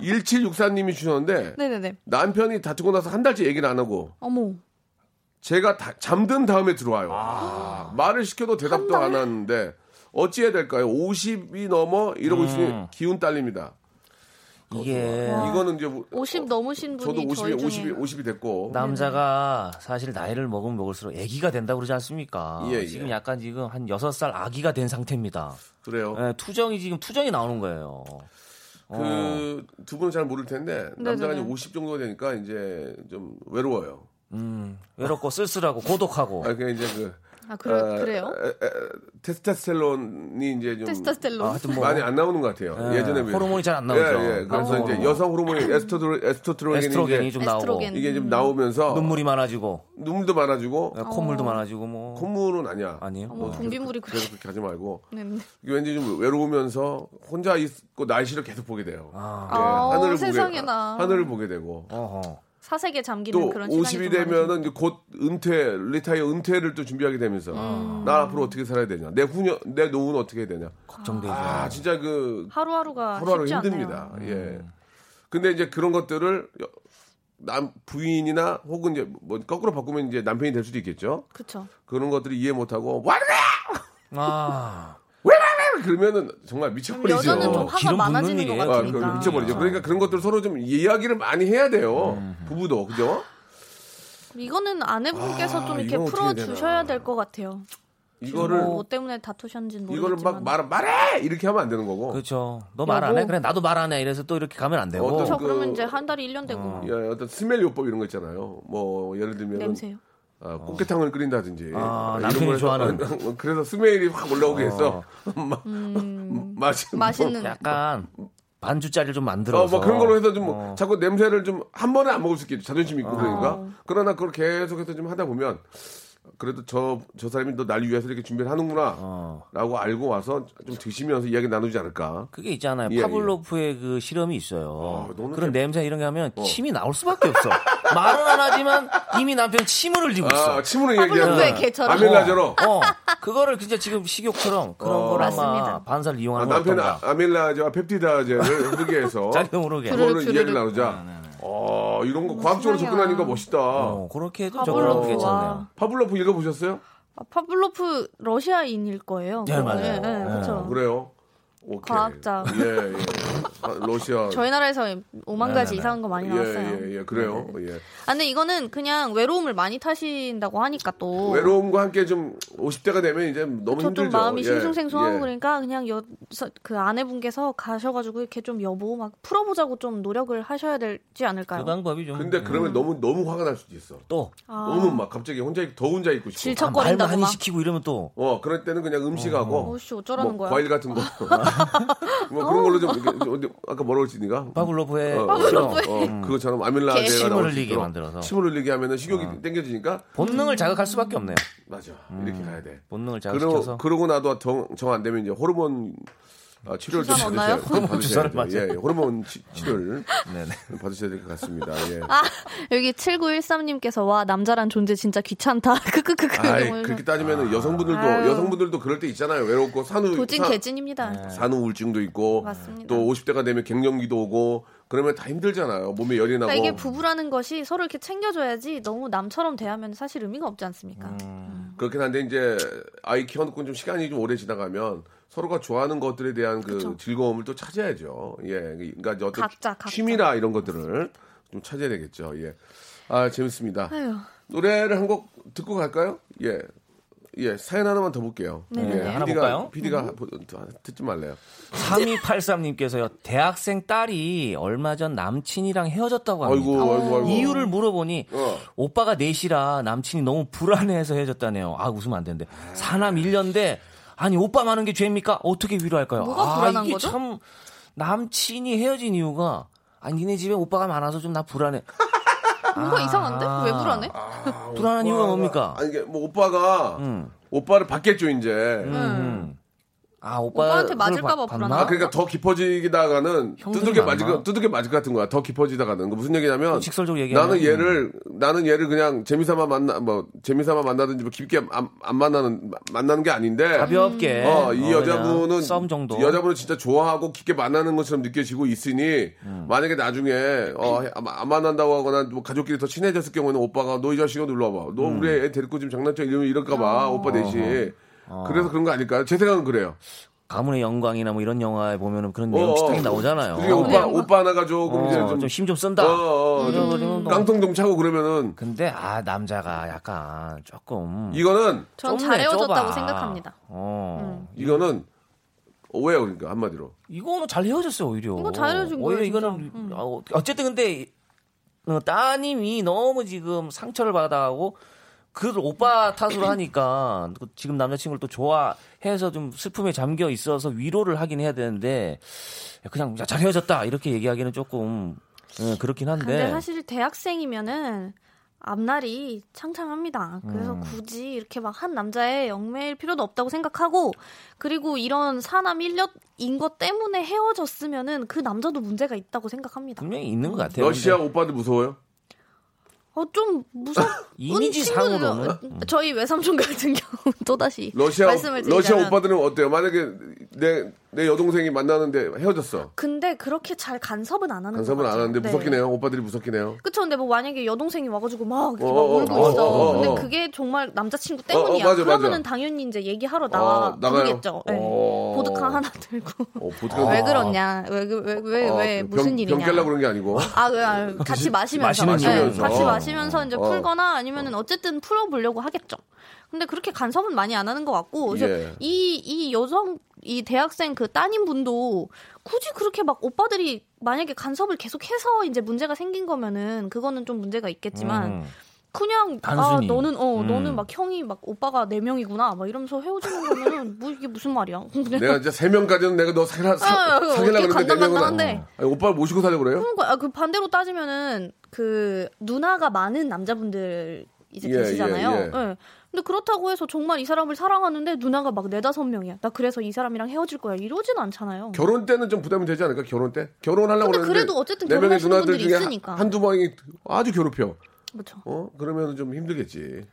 Speaker 3: 1764님이 주셨는데
Speaker 7: 네네네.
Speaker 3: 남편이 다투고 나서 한 달째 얘기를 안 하고
Speaker 7: 어머.
Speaker 3: 제가 다- 잠든 다음에 들어와요.
Speaker 6: 아.
Speaker 3: 말을 시켜도 대답도 안 하는데 어찌해야 될까요? 50이 넘어 이러고 있으니
Speaker 6: 음.
Speaker 3: 기운 딸립니다.
Speaker 6: 이게
Speaker 3: 이거는 이제 뭐-
Speaker 7: 50 네. 넘으신
Speaker 3: 저도
Speaker 7: 분이
Speaker 3: 50이
Speaker 7: 저희 중에
Speaker 3: 50이 50이 됐고
Speaker 6: 남자가 사실 나이를 먹으면 먹을수록 아기가 된다 그러지 않습니까?
Speaker 3: 예, 예.
Speaker 6: 지금 약간 지금 한 6살 아기가 된 상태입니다.
Speaker 3: 그래요.
Speaker 6: 예, 투정이 지금 투정이 나오는 거예요. 어.
Speaker 3: 그 두 분은 잘 모를 텐데
Speaker 7: 네,
Speaker 3: 남자가 이제 50 정도가 되니까 이제 좀 외로워요.
Speaker 6: 외롭고 쓸쓸하고 고독하고
Speaker 3: 아, 그 이제 그
Speaker 7: 아 그래
Speaker 3: 아,
Speaker 7: 그래요?
Speaker 3: 에, 에, 테스토스테론이 이제 좀
Speaker 7: 테스타스텔론.
Speaker 6: 하여튼 뭐
Speaker 3: 많이 안 나오는 것 같아요.
Speaker 6: 예,
Speaker 3: 예, 전에
Speaker 6: 호르몬이 잘안 나오죠.
Speaker 3: 예, 예. 그래서
Speaker 6: 아.
Speaker 3: 이제 여성 호르몬이 에스토드 에스토트론이
Speaker 6: 에스트로겐이
Speaker 3: 이제
Speaker 6: 좀 나오고
Speaker 7: 에스트로겐.
Speaker 3: 이게 좀 나오면서
Speaker 6: 눈물이 많아지고
Speaker 3: 눈물도 많아지고
Speaker 6: 예, 콧물도 많아지고 뭐
Speaker 3: 어. 콧물은 아니야.
Speaker 6: 아니에요.
Speaker 7: 어머 좀비물이 그래.
Speaker 3: 뭐, 그래서 그렇게 하지 말고
Speaker 7: 네. 네.
Speaker 3: 이게 왠지 좀 외로우면서 혼자 있고 날씨를 계속 보게 돼요. 예,
Speaker 7: 아우,
Speaker 3: 하늘을
Speaker 7: 세상에나.
Speaker 3: 보게 하늘을 보게 되고
Speaker 6: 어허.
Speaker 7: 사색에 잠기는
Speaker 3: 또
Speaker 7: 그런 시간이
Speaker 3: 50이
Speaker 7: 좀 많아지고.
Speaker 3: 되면은 이제 곧 은퇴 리타이어 은퇴를 또 준비하게 되면서
Speaker 7: 음.
Speaker 3: 나 앞으로 어떻게 살아야 되냐 내 후년 내 노후는 어떻게 해야 되냐
Speaker 6: 걱정되죠.
Speaker 3: 아 진짜 그
Speaker 7: 하루하루가
Speaker 3: 하루하루
Speaker 7: 아, 쉽지
Speaker 3: 힘듭니다.
Speaker 7: 않네요.
Speaker 3: 예.
Speaker 6: 음.
Speaker 3: 근데 이제 그런 것들을 여- 남 부인이나 혹은 이제 뭐 거꾸로 바꾸면 이제 남편이 될 수도 있겠죠.
Speaker 7: 그렇죠.
Speaker 3: 그런 것들이 이해 못하고 와라
Speaker 6: 아,
Speaker 3: 그러면은 정말 미쳐버리죠.
Speaker 7: 여자는 좀 화가
Speaker 6: 어, 기름 붓는
Speaker 7: 많아지는 것
Speaker 6: 일이에요.
Speaker 3: 아,
Speaker 7: 같으니까.
Speaker 3: 그걸 미쳐버리죠. 그러니까 그런 것들 서로 좀 이야기를 많이 해야 돼요.
Speaker 6: 음.
Speaker 3: 부부도 그죠?
Speaker 7: 이거는 아내분께서
Speaker 3: 아,
Speaker 7: 좀 이렇게
Speaker 3: 이건
Speaker 7: 풀어
Speaker 3: 어떻게
Speaker 7: 주셔야
Speaker 3: 되나.
Speaker 7: 될 것 같아요.
Speaker 3: 이거를
Speaker 7: 뭐 때문에 다투셨는지
Speaker 3: 이거를
Speaker 7: 모르겠지만
Speaker 3: 막 말, 말해 이렇게 하면 안 되는 거고.
Speaker 6: 그렇죠. 너 말 안 해?
Speaker 7: 여보.
Speaker 6: 그래 나도 말 안 해. 이래서 또 이렇게 가면 안 되고.
Speaker 7: 저
Speaker 3: 어떤-
Speaker 7: 그러면
Speaker 3: 그-
Speaker 7: 이제 한 달이 1년 되고
Speaker 3: 예, 어떤 스멜 요법 이런 거 있잖아요. 뭐 예를 들면
Speaker 7: 냄새요.
Speaker 3: 아, 꽃게탕을 끓인다든지 뭐
Speaker 6: 아,
Speaker 3: 이런
Speaker 6: 남편이
Speaker 3: 걸 해서-
Speaker 6: 좋아하는. 아.
Speaker 3: 그래서 스멜이 확 올라오게 해서 마-
Speaker 7: 음,
Speaker 3: 맛있-
Speaker 7: 맛있는
Speaker 6: 약간 반주짜리를 좀 만들어서
Speaker 3: 어, 뭐 그런 걸로 해서 좀뭐
Speaker 6: 어.
Speaker 3: 자꾸 냄새를 좀 한 번에 안 먹을 수 있겠죠. 자존심이
Speaker 6: 아.
Speaker 3: 있고 그러니까. 그러나 그걸 계속해서 좀 하다 보면 그래도 저, 저 사람이 너 날 위해서 이렇게 준비를 하는구나.
Speaker 6: 어.
Speaker 3: 라고 알고 와서 좀 드시면서 이야기 나누지 않을까.
Speaker 6: 그게 있잖아요.
Speaker 3: 예, 예.
Speaker 6: 파블로프의 그 실험이 있어요.
Speaker 3: 너는
Speaker 6: 그런
Speaker 3: 좀-
Speaker 6: 냄새 이런 게 하면
Speaker 3: 어.
Speaker 6: 침이 나올 수밖에 없어. 말은 안 하지만 이미 남편 침을 흘리고 있어.
Speaker 3: 아, 침으로 얘기하는
Speaker 7: 파블로프의 개처럼.
Speaker 3: 아밀라제로.
Speaker 6: 어, 그거를 진짜 지금 식욕처럼 그런 걸 아마
Speaker 7: 맞습니다.
Speaker 6: 반사를
Speaker 3: 어. 아,
Speaker 6: 이용하는
Speaker 3: 남편은
Speaker 6: 건가.
Speaker 3: 아- 아밀라제와 펩티다제를 흐르게 해서
Speaker 6: 자기 모르게.
Speaker 3: 그거를
Speaker 7: 주르륵.
Speaker 3: 이야기를 나누자. 어, 이런 거 과학적으로
Speaker 7: 세상에.
Speaker 3: 접근하니까 멋있다.
Speaker 6: 어, 그렇게 해도 저거라도
Speaker 7: 파블로프,
Speaker 6: 괜찮네요.
Speaker 7: 와.
Speaker 3: 파블로프 읽어보셨어요?
Speaker 7: 아, 파블로프 러시아인일 거예요.
Speaker 6: 네, 맞아요.
Speaker 7: 그렇죠.
Speaker 3: 그래요? 오케이.
Speaker 7: 과학자.
Speaker 3: 예, 예. 아, 러시아.
Speaker 7: 저희 나라에서
Speaker 6: 네,
Speaker 7: 5만 가지 이상한 거 많이
Speaker 3: 예,
Speaker 7: 나왔어요.
Speaker 3: 예, 예. 그래요. 예.
Speaker 7: 아, 근데 이거는 그냥 외로움을 많이 타신다고 하니까 또
Speaker 3: 외로움과 함께 좀 50대가 되면 이제 너무
Speaker 7: 저도
Speaker 3: 힘들죠.
Speaker 7: 마음이
Speaker 3: 예,
Speaker 7: 싱숭생숭하고
Speaker 3: 예.
Speaker 7: 그러니까 그냥 여, 서- 그 아내분께서 가셔가지고 이렇게 좀 여보 막 풀어보자고 좀 노력을 하셔야 되지 않을까요?
Speaker 6: 그 방법이 좀.
Speaker 3: 근데 그러면 너무 너무 화가 날 수도 있어.
Speaker 6: 또
Speaker 3: 너무 막 갑자기 혼자 있- 더 혼자 있고 싶고.
Speaker 6: 아, 말만
Speaker 7: 아. 질척거린다고
Speaker 6: 한이
Speaker 7: 막.
Speaker 6: 시키고 이러면 또.
Speaker 3: 어 그럴 때는 그냥 음식하고
Speaker 7: 어씨 어쩌라는
Speaker 3: 뭐
Speaker 7: 거야?
Speaker 3: 과일 같은 거. 뭐 그런 걸로 좀 이렇게 좀 어디- 아까 뭐라고 했으니까.
Speaker 6: 파블로프의 실험.
Speaker 3: 어, 어, 그것처럼 아밀라제가
Speaker 6: 음. 침을
Speaker 3: 나올 수
Speaker 6: 흘리게
Speaker 3: 있도록
Speaker 6: 만들어서. 어.
Speaker 3: 침을 흘리게 하면은 식욕이 땡겨지니까
Speaker 7: 음.
Speaker 6: 본능을 자극할 수밖에 없네요.
Speaker 3: 맞아
Speaker 6: 음.
Speaker 3: 이렇게 가야 돼.
Speaker 6: 본능을 자극시켜서.
Speaker 3: 그러, 그러고 나도 정 안 되면 이제 호르몬 아, 치료를 좀
Speaker 7: 주사
Speaker 3: 받으셔야-
Speaker 7: 넣나요?
Speaker 3: 받으셔야
Speaker 6: 호르몬 어. 주사를
Speaker 3: 돼요. 예, 예, 호르몬 치, 치료를 받으셔야 될 것 같습니다. 예.
Speaker 7: 아 여기 7913님께서 와 남자란 존재 진짜 귀찮다. 크크크크.
Speaker 3: 아이,
Speaker 7: 이러면서
Speaker 3: 그렇게 따지면 여성분들도
Speaker 7: 아유.
Speaker 3: 여성분들도 그럴 때 있잖아요. 외롭고 산후
Speaker 7: 도진
Speaker 3: 산-
Speaker 7: 개진입니다.
Speaker 6: 네.
Speaker 3: 산후 우울증도 있고
Speaker 7: 맞습니다.
Speaker 3: 또 50대가 되면 갱년기도 오고 그러면 다 힘들잖아요. 몸에 열이 나고
Speaker 7: 그러니까 이게 부부라는 것이 서로 이렇게 챙겨줘야지 너무 남처럼 대하면 사실 의미가 없지 않습니까?
Speaker 3: 그렇긴 한데 이제 아이 키워놓고 좀 시간이 좀 오래 지나가면 서로가 좋아하는 것들에 대한 그 즐거움을 또 찾아야죠. 예, 그러니까 이제 어떤
Speaker 7: 각자, 각자.
Speaker 3: 취미나 이런 것들을 좀 찾아야 되겠죠. 예, 아 재밌습니다.
Speaker 7: 아유.
Speaker 3: 노래를 한 곡 듣고 갈까요? 예, 예, 사연 하나만 더 볼게요.
Speaker 7: 네네네. 음.
Speaker 3: 예,
Speaker 7: 하나
Speaker 6: 볼까요?
Speaker 3: PD가 듣지 말래요.
Speaker 6: 3283님께서요. 대학생 딸이 얼마 전 남친이랑 헤어졌다고 합니다.
Speaker 3: 아이고, 아이고, 아이고.
Speaker 6: 이유를 물어보니
Speaker 3: 어.
Speaker 6: 오빠가 넷이라 남친이 너무 불안해서 헤어졌다네요. 아 웃으면 안 되는데 사남 1년대 아니 오빠 많은 게 죄입니까? 어떻게 위로할까요?
Speaker 7: 뭐가
Speaker 6: 아
Speaker 7: 불안한
Speaker 6: 이게
Speaker 7: 거죠?
Speaker 6: 참 남친이 헤어진 이유가 아 니네 집에 오빠가 많아서 좀 나 불안해.
Speaker 8: 뭔가 이상한데? 왜 불안해?
Speaker 3: 아,
Speaker 6: 불안한 이유가 뭡니까?
Speaker 3: 아니, 이게 뭐 오빠가
Speaker 6: 음.
Speaker 3: 오빠를 받겠죠, 이제.
Speaker 7: 음.
Speaker 6: 아 오빠
Speaker 8: 오빠한테 맞을까 봐
Speaker 3: 아,
Speaker 8: 불안하다.
Speaker 3: 그러니까 더 깊어지다가는
Speaker 6: 형들이
Speaker 3: 두들겨
Speaker 6: 많나?
Speaker 3: 맞을 것, 두들겨 맞을 것 같은 거야. 더 깊어지다가는 그 무슨 얘기냐면
Speaker 6: 직설적으로 얘기하면 음.
Speaker 3: 나는 얘를 나는 얘를 그냥 재미삼아 만나 뭐 재미삼아 만나든지 뭐 깊게 안, 안 만나는 만나는 게 아닌데
Speaker 6: 가볍게
Speaker 3: 어, 이
Speaker 6: 그냥
Speaker 3: 여자분은
Speaker 6: 썸 정도
Speaker 3: 여자분은 진짜 좋아하고 깊게 만나는 것처럼 느껴지고 있으니
Speaker 6: 음.
Speaker 3: 만약에 나중에 어, 안, 안 만난다고 하거나 뭐 가족끼리 더 친해졌을 경우에는 오빠가 너 이 자식아 놀러와봐. 너
Speaker 6: 음.
Speaker 3: 우리 애 데리고 지금 장난쳐 이러면 이럴까봐
Speaker 6: 어,
Speaker 3: 오빠 대신. 그래서 그런 거 아닐까요? 제 생각은 그래요.
Speaker 6: 가문의 영광이나 뭐 이런 영화에 보면은 그런 내용 식탁이 나오잖아요.
Speaker 3: 어, 그게 오빠 오빠 하나가 조금 이제 좀,
Speaker 6: 어. 좀 심 좀 쓴다.
Speaker 3: 어, 어,
Speaker 7: 음.
Speaker 3: 어, 좀
Speaker 6: 이러면 뭐-
Speaker 3: 깡통 좀 차고 그러면은
Speaker 6: 근데 아 남자가 약간 조금
Speaker 3: 이거는
Speaker 8: 전
Speaker 6: 좁네,
Speaker 8: 잘 헤어졌다고
Speaker 6: 좁아.
Speaker 8: 생각합니다. 음.
Speaker 6: 어.
Speaker 3: 이거는 오해요 그러니까 한마디로.
Speaker 6: 이거는 잘 헤어졌어요 오히려.
Speaker 8: 이거 잘 헤어진 거예요,
Speaker 6: 오히려
Speaker 8: 음.
Speaker 6: 이거는 아, 어, 어쨌든 근데 어, 따님이 너무 지금 상처를 받아하고 그걸 오빠 탓으로 하니까 그 지금 남자친구를 또 좋아해서 좀 슬픔에 잠겨 있어서 위로를 하긴 해야 되는데 그냥 야, 잘 헤어졌다 이렇게 얘기하기는 조금 예, 그렇긴 한데.
Speaker 7: 근데 사실 대학생이면은 앞날이 창창합니다. 그래서
Speaker 6: 음.
Speaker 7: 굳이 이렇게 막 한 남자에 영매일 필요도 없다고 생각하고 그리고 이런 사남 일년인것 때문에 헤어졌으면은 그 남자도 문제가 있다고 생각합니다.
Speaker 6: 분명히 있는 것 같아요.
Speaker 3: 러시아
Speaker 6: 근데
Speaker 3: 오빠들 무서워요?
Speaker 7: 어 좀 무섭.
Speaker 6: 이미지 상으로는 음.
Speaker 7: 저희 외삼촌 같은 경우 또 다시
Speaker 3: 러시아
Speaker 7: 말씀을 드리자면
Speaker 3: 러시아 오빠들은 어때요? 만약에 내 내 여동생이 만나는데 헤어졌어.
Speaker 7: 근데 그렇게 잘 간섭은 안 하는
Speaker 3: 간섭은
Speaker 7: 것
Speaker 3: 안
Speaker 7: 같아요.
Speaker 3: 하는데
Speaker 7: 네.
Speaker 3: 무섭긴 해요. 오빠들이 무섭긴 해요.
Speaker 7: 그쵸 근데 뭐 만약에 여동생이 와가지고 막 이렇게
Speaker 3: 어,
Speaker 7: 막
Speaker 3: 어,
Speaker 7: 울고
Speaker 3: 어,
Speaker 7: 있어
Speaker 3: 어, 어, 어.
Speaker 7: 근데 그게 정말 남자친구 때문이야
Speaker 3: 맞아, 맞아.
Speaker 7: 그러면은 당연히 이제 얘기하러
Speaker 3: 어,
Speaker 7: 나와
Speaker 3: 나가요?
Speaker 7: 부르겠죠 네.
Speaker 3: 어.
Speaker 7: 보드카 하나 들고
Speaker 3: 어, 보드카
Speaker 7: 왜 그러냐 왜 왜 왜
Speaker 3: 아,
Speaker 7: 무슨
Speaker 3: 병
Speaker 7: 일이냐
Speaker 3: 깨려 그런 게 아니고.
Speaker 7: 아, 왜, 아, 같이 마시면서.
Speaker 3: 마시면서.
Speaker 7: 네, 같이 마시면서 이제
Speaker 3: 어.
Speaker 7: 풀거나 아니면은 어쨌든 풀어보려고 하겠죠. 근데 그렇게 간섭은 많이 안 하는 것 같고, 이제
Speaker 3: 예.
Speaker 7: 이, 이 여성, 이 대학생 그 따님분도 굳이 그렇게 막 오빠들이 만약에 간섭을 계속해서 이제 문제가 생긴 거면은 그거는 좀 문제가
Speaker 8: 아.
Speaker 7: 있겠지만,
Speaker 6: 음.
Speaker 7: 그냥
Speaker 6: 단순히.
Speaker 7: 아 너는 어
Speaker 6: 음.
Speaker 7: 너는 막 형이 막 오빠가 네 명이구나 막 이러면서 헤어지는 거면은 뭐 이게 무슨 말이야? 그냥
Speaker 3: 내가 이제 세 명까지는 내가 너 사귀라
Speaker 7: 아,
Speaker 3: 사- 사귀라 그러는데 네
Speaker 7: 이렇게
Speaker 3: 명은
Speaker 7: 간당간당한데.
Speaker 3: 안- 아니, 오빠를 모시고 살려 그래요?
Speaker 7: 그런 거, 아, 그 반대로 따지면은 그 누나가 많은 남자분들 이제
Speaker 3: 예,
Speaker 7: 계시잖아요.
Speaker 3: 예,
Speaker 7: 예,
Speaker 3: 예.
Speaker 7: 근데 그렇다고 해서 정말 이 사람을 사랑하는데 누나가 막 네다섯 명이야. 나 그래서 이 사람이랑 헤어질 거야. 이러진 않잖아요.
Speaker 3: 결혼 때는 좀 부담이 되지 않을까? 결혼 때? 결혼하려고
Speaker 7: 근데
Speaker 3: 그러는데
Speaker 7: 그래도 어쨌든
Speaker 3: 네 명의
Speaker 7: 결혼하시는
Speaker 3: 누나들
Speaker 7: 분들이
Speaker 3: 중에
Speaker 7: 있으니까.
Speaker 3: 한, 두 명이 아주 괴롭혀.
Speaker 7: 그렇죠.
Speaker 3: 어? 그러면 좀 힘들겠지.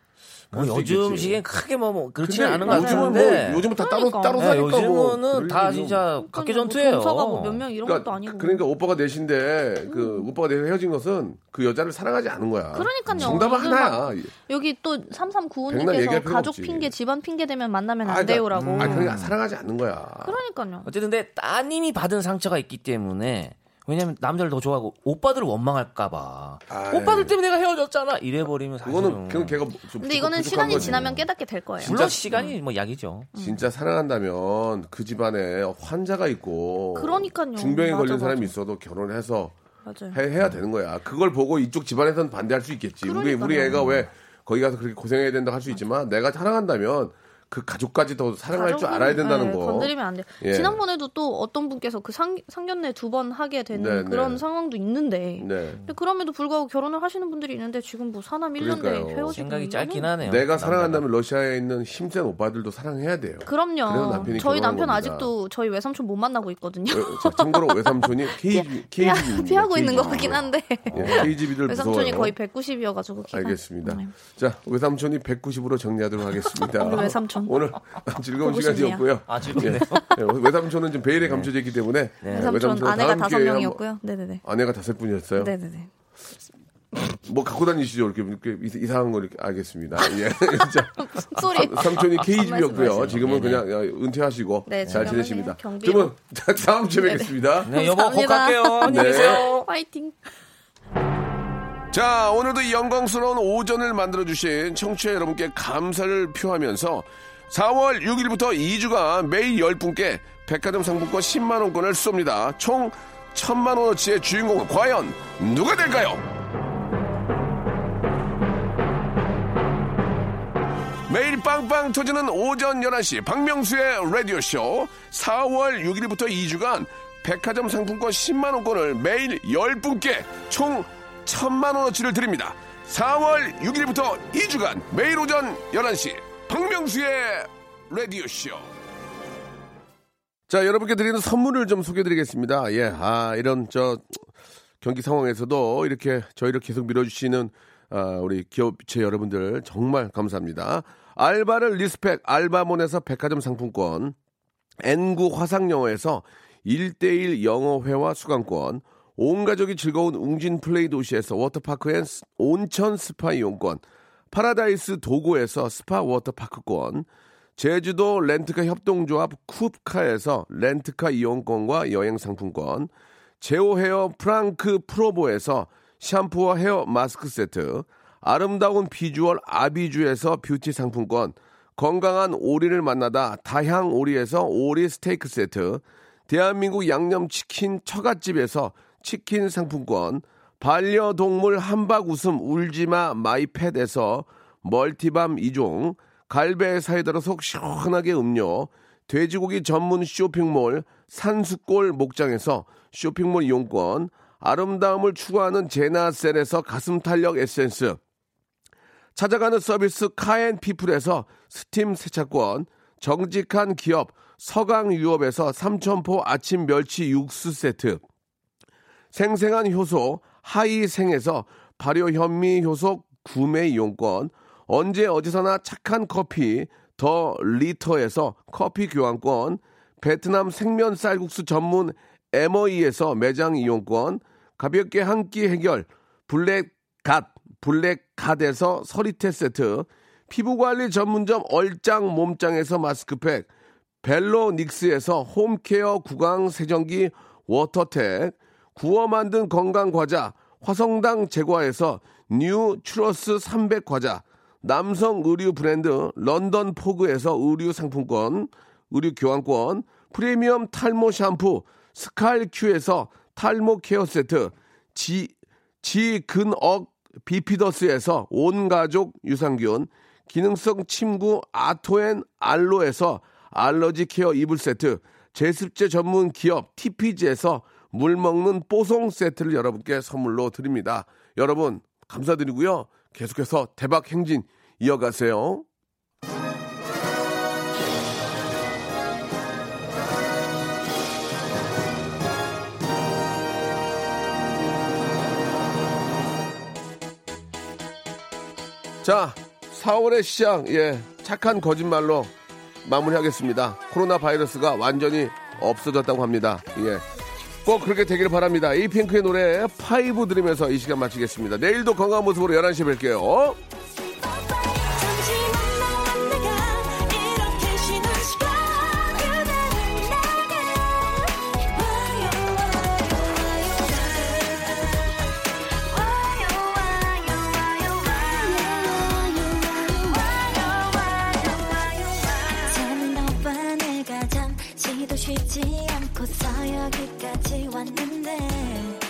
Speaker 6: 뭐
Speaker 3: 그럴 수도
Speaker 6: 요즘
Speaker 3: 있겠지.
Speaker 6: 시기엔 크게 뭐, 뭐 그렇진
Speaker 3: 근데
Speaker 6: 않은 것
Speaker 3: 요즘은
Speaker 6: 같은데.
Speaker 3: 뭐, 요즘은 다 따로
Speaker 7: 그러니까.
Speaker 3: 따로
Speaker 6: 네,
Speaker 3: 사니까 뭐.
Speaker 6: 요즘은 다
Speaker 3: 그러기는
Speaker 6: 진짜 각계
Speaker 3: 뭐
Speaker 6: 전투예요.
Speaker 7: 전사가 그러니까 뭐 뭐몇명 이런 것도 아니고.
Speaker 3: 그러니까 오빠가 넷인데 그 오빠가 넷 헤어진 것은 그 여자를 사랑하지 않은 거야.
Speaker 7: 음. 그러니까요.
Speaker 3: 정답은
Speaker 7: 이거는
Speaker 3: 하나야.
Speaker 7: 여기 또
Speaker 3: 백날 얘기할
Speaker 7: 3395님께서
Speaker 3: 필요가
Speaker 7: 가족
Speaker 3: 없지.
Speaker 7: 핑계, 집안 핑계 되면 만나면
Speaker 3: 아,
Speaker 7: 안 돼요라고.
Speaker 3: 아,
Speaker 6: 음.
Speaker 3: 그러니까 사랑하지 않는 거야.
Speaker 7: 그러니까요.
Speaker 6: 어쨌든 근데 따님이 받은 상처가 있기 때문에 왜냐면 남자를 더 좋아하고 오빠들을 원망할까봐
Speaker 3: 아이.
Speaker 6: 오빠들 때문에 내가 헤어졌잖아 이래버리면 사실은
Speaker 3: 그거는 그건 걔가 좀
Speaker 7: 근데 이거는
Speaker 3: 부족한
Speaker 7: 시간이
Speaker 3: 거지.
Speaker 7: 지나면 깨닫게 될 거예요.
Speaker 6: 물론 시간이 뭐 약이죠.
Speaker 3: 진짜 사랑한다면 그 집안에 환자가 있고
Speaker 7: 그러니까요.
Speaker 3: 중병에
Speaker 7: 맞아,
Speaker 3: 걸린 사람이
Speaker 7: 맞아.
Speaker 3: 있어도 결혼해서
Speaker 7: 맞아요.
Speaker 3: 해, 해야 되는 거야. 그걸 보고 이쪽 집안에서는 반대할 수 있겠지. 우리
Speaker 7: 그러니까요.
Speaker 3: 우리 애가 왜 거기 가서 그렇게 고생해야 된다 할 수 있지만 내가 사랑한다면 그 가족까지 더 사랑할 줄
Speaker 7: 가족은,
Speaker 3: 알아야 된다는
Speaker 7: 예,
Speaker 3: 거.
Speaker 7: 건드리면 안 돼요.
Speaker 3: 예.
Speaker 7: 지난번에도 또 어떤 분께서 그 상, 상견례 두 번 하게 되는
Speaker 3: 네,
Speaker 7: 그런
Speaker 3: 네.
Speaker 7: 상황도 있는데
Speaker 3: 네.
Speaker 7: 근데 그럼에도 불구하고 결혼을 하시는 분들이 있는데 지금 뭐 사남 1년대
Speaker 3: 그러니까요.
Speaker 7: 헤어지고
Speaker 6: 생각이
Speaker 7: 이거는-
Speaker 6: 짧긴
Speaker 3: 음.
Speaker 6: 하네요.
Speaker 3: 내가 사랑한다면 러시아에 있는 힘센 오빠들도 사랑해야 돼요. 그래서
Speaker 7: 그럼요.
Speaker 3: 남편이
Speaker 7: 저희
Speaker 3: 결혼한
Speaker 7: 남편
Speaker 3: 겁니다.
Speaker 7: 아직도 저희 외삼촌 못 만나고 있거든요.
Speaker 3: 어, 자, 참고로 외삼촌이 KGB
Speaker 7: 피하, 피하고 있는 것 같긴
Speaker 3: 아,
Speaker 7: 한데
Speaker 3: 예, KGB들
Speaker 7: 외삼촌이
Speaker 3: 어, 무서워요.
Speaker 7: 거의 190이어가지고 키가.
Speaker 3: 알겠습니다.
Speaker 7: 네.
Speaker 3: 자, 외삼촌이 190으로 정리하도록 하겠습니다.
Speaker 7: 우리 외삼촌.
Speaker 3: 오늘 즐거운
Speaker 7: 보고 싶네요.
Speaker 3: 시간이었고요.
Speaker 6: 아, 즐겁네요.
Speaker 3: 예, 예, 외삼촌은 지금 베일에 감춰져 있기 때문에
Speaker 7: 외삼촌
Speaker 3: 외삼촌은
Speaker 7: 아내가
Speaker 3: 다음
Speaker 7: 다섯
Speaker 3: 기회에
Speaker 7: 명이었고요. 네네네.
Speaker 3: 한번- 아내가 다섯 분이었어요.
Speaker 7: 네네네.
Speaker 3: 뭐 갖고 다니시죠? 이렇게, 이렇게 이- 이상한 거 이렇게 알겠습니다. 예. 자,
Speaker 7: 소리.
Speaker 3: 삼촌이 KGB였고요.
Speaker 7: 아, 말씀하시네요.
Speaker 3: 지금은 그냥 어, 은퇴하시고
Speaker 7: 네,
Speaker 3: 잘
Speaker 7: 지금은
Speaker 3: 지내십니다.
Speaker 7: 경비로. 네.
Speaker 3: 그러면 자, 다음 주에 뵙겠습니다.
Speaker 6: 네, 여보 곧
Speaker 7: 감사합니다.
Speaker 6: 갈게요. 안녕히
Speaker 3: 네.
Speaker 6: 계세요.
Speaker 7: 파이팅.
Speaker 3: 자, 오늘도 이 영광스러운 오전을 만들어주신 청취자 여러분께 감사를 표하면서 4월 6일부터 2주간 매일 10분께 백화점 상품권 10만원권을 쏩니다. 총 1000만원어치의 주인공은 과연 누가 될까요? 매일 빵빵 터지는 오전 11시 박명수의 라디오쇼 4월 6일부터 2주간 백화점 상품권 10만원권을 매일 10분께 총 1000만원어치를 드립니다. 4월 6일부터 2주간 매일 오전 11시 박명수의 라디오쇼 자 여러분께 드리는 선물을 좀 소개드리겠습니다. 예, 아 이런 저 경기 상황에서도 이렇게 저희를 계속 밀어주시는 아, 우리 기업체 여러분들 정말 감사합니다. 알바를 리스펙 알바몬에서 백화점 상품권, N9 화상영어에서 1대1 영어회화 수강권, 온 가족이 즐거운 웅진 플레이 도시에서 워터파크 앤 스- 온천 스파 이용권, 파라다이스 도고에서 스파 워터파크권, 제주도 렌트카 협동조합 쿱카에서 렌트카 이용권과 여행 상품권, 제오 헤어 프랑크 프로보에서 샴푸와 헤어 마스크 세트, 아름다운 비주얼 아비주에서 뷰티 상품권, 건강한 오리를 만나다 다향 오리에서 오리 스테이크 세트, 대한민국 양념치킨 처갓집에서 치킨 상품권, 반려동물 한박 웃음 울지마 마이패드에서 멀티밤 2종, 갈배 사이다로 속 시원하게 음료, 돼지고기 전문 쇼핑몰 산수골 목장에서 쇼핑몰 이용권, 아름다움을 추구하는 제나셀에서 가슴 탄력 에센스, 찾아가는 서비스 카앤피플에서 스팀 세차권, 정직한 기업 서강유업에서 삼천포 아침 멸치 육수 세트, 생생한 효소 하이생에서 발효 현미 효소 구매 이용권 언제 어디서나 착한 커피 더 리터에서 커피 교환권 베트남 생면 쌀국수 전문 MOE에서 매장 이용권 가볍게 한 끼 해결 블랙갓 블랙갓에서 서리태 세트 피부관리 전문점 얼짱 몸짱에서 마스크팩 벨로닉스에서 홈케어 구강 세정기 워터텍 구워 만든 건강 과자 화성당 제과에서 뉴 추러스 300 과자 남성 의류 브랜드 런던 포그에서 의류 상품권 의류 교환권 프리미엄 탈모 샴푸 스칼큐에서 탈모 케어 세트 지 지근억 비피더스에서 온가족 유산균, 기능성 침구 아토앤 알로에서 알러지 케어 이불 세트, 제습제 전문 기업 TPG에서 물 먹는 뽀송 세트를 여러분께 선물로 드립니다. 여러분 감사드리고요. 계속해서 대박 행진 이어가세요. 자, 4월의 시작, 예, 착한 거짓말로 마무리하겠습니다. 코로나 바이러스가 완전히 없어졌다고 합니다. 예. 꼭 그렇게 되길 바랍니다. 에이핑크의 노래 파이브 들으면서 이 시간 마치겠습니다. 내일도 건강한 모습으로 11시에 뵐게요.
Speaker 9: 잠시만 나와 내가 이렇게 쉬는 시간 그대는 내게 와요 와요 와요 와요 와요 와요 와요 와요 와요 와요 와요 와요 사는 너와 내가 잠시도 쉬지 않고서 여기까지 왔는데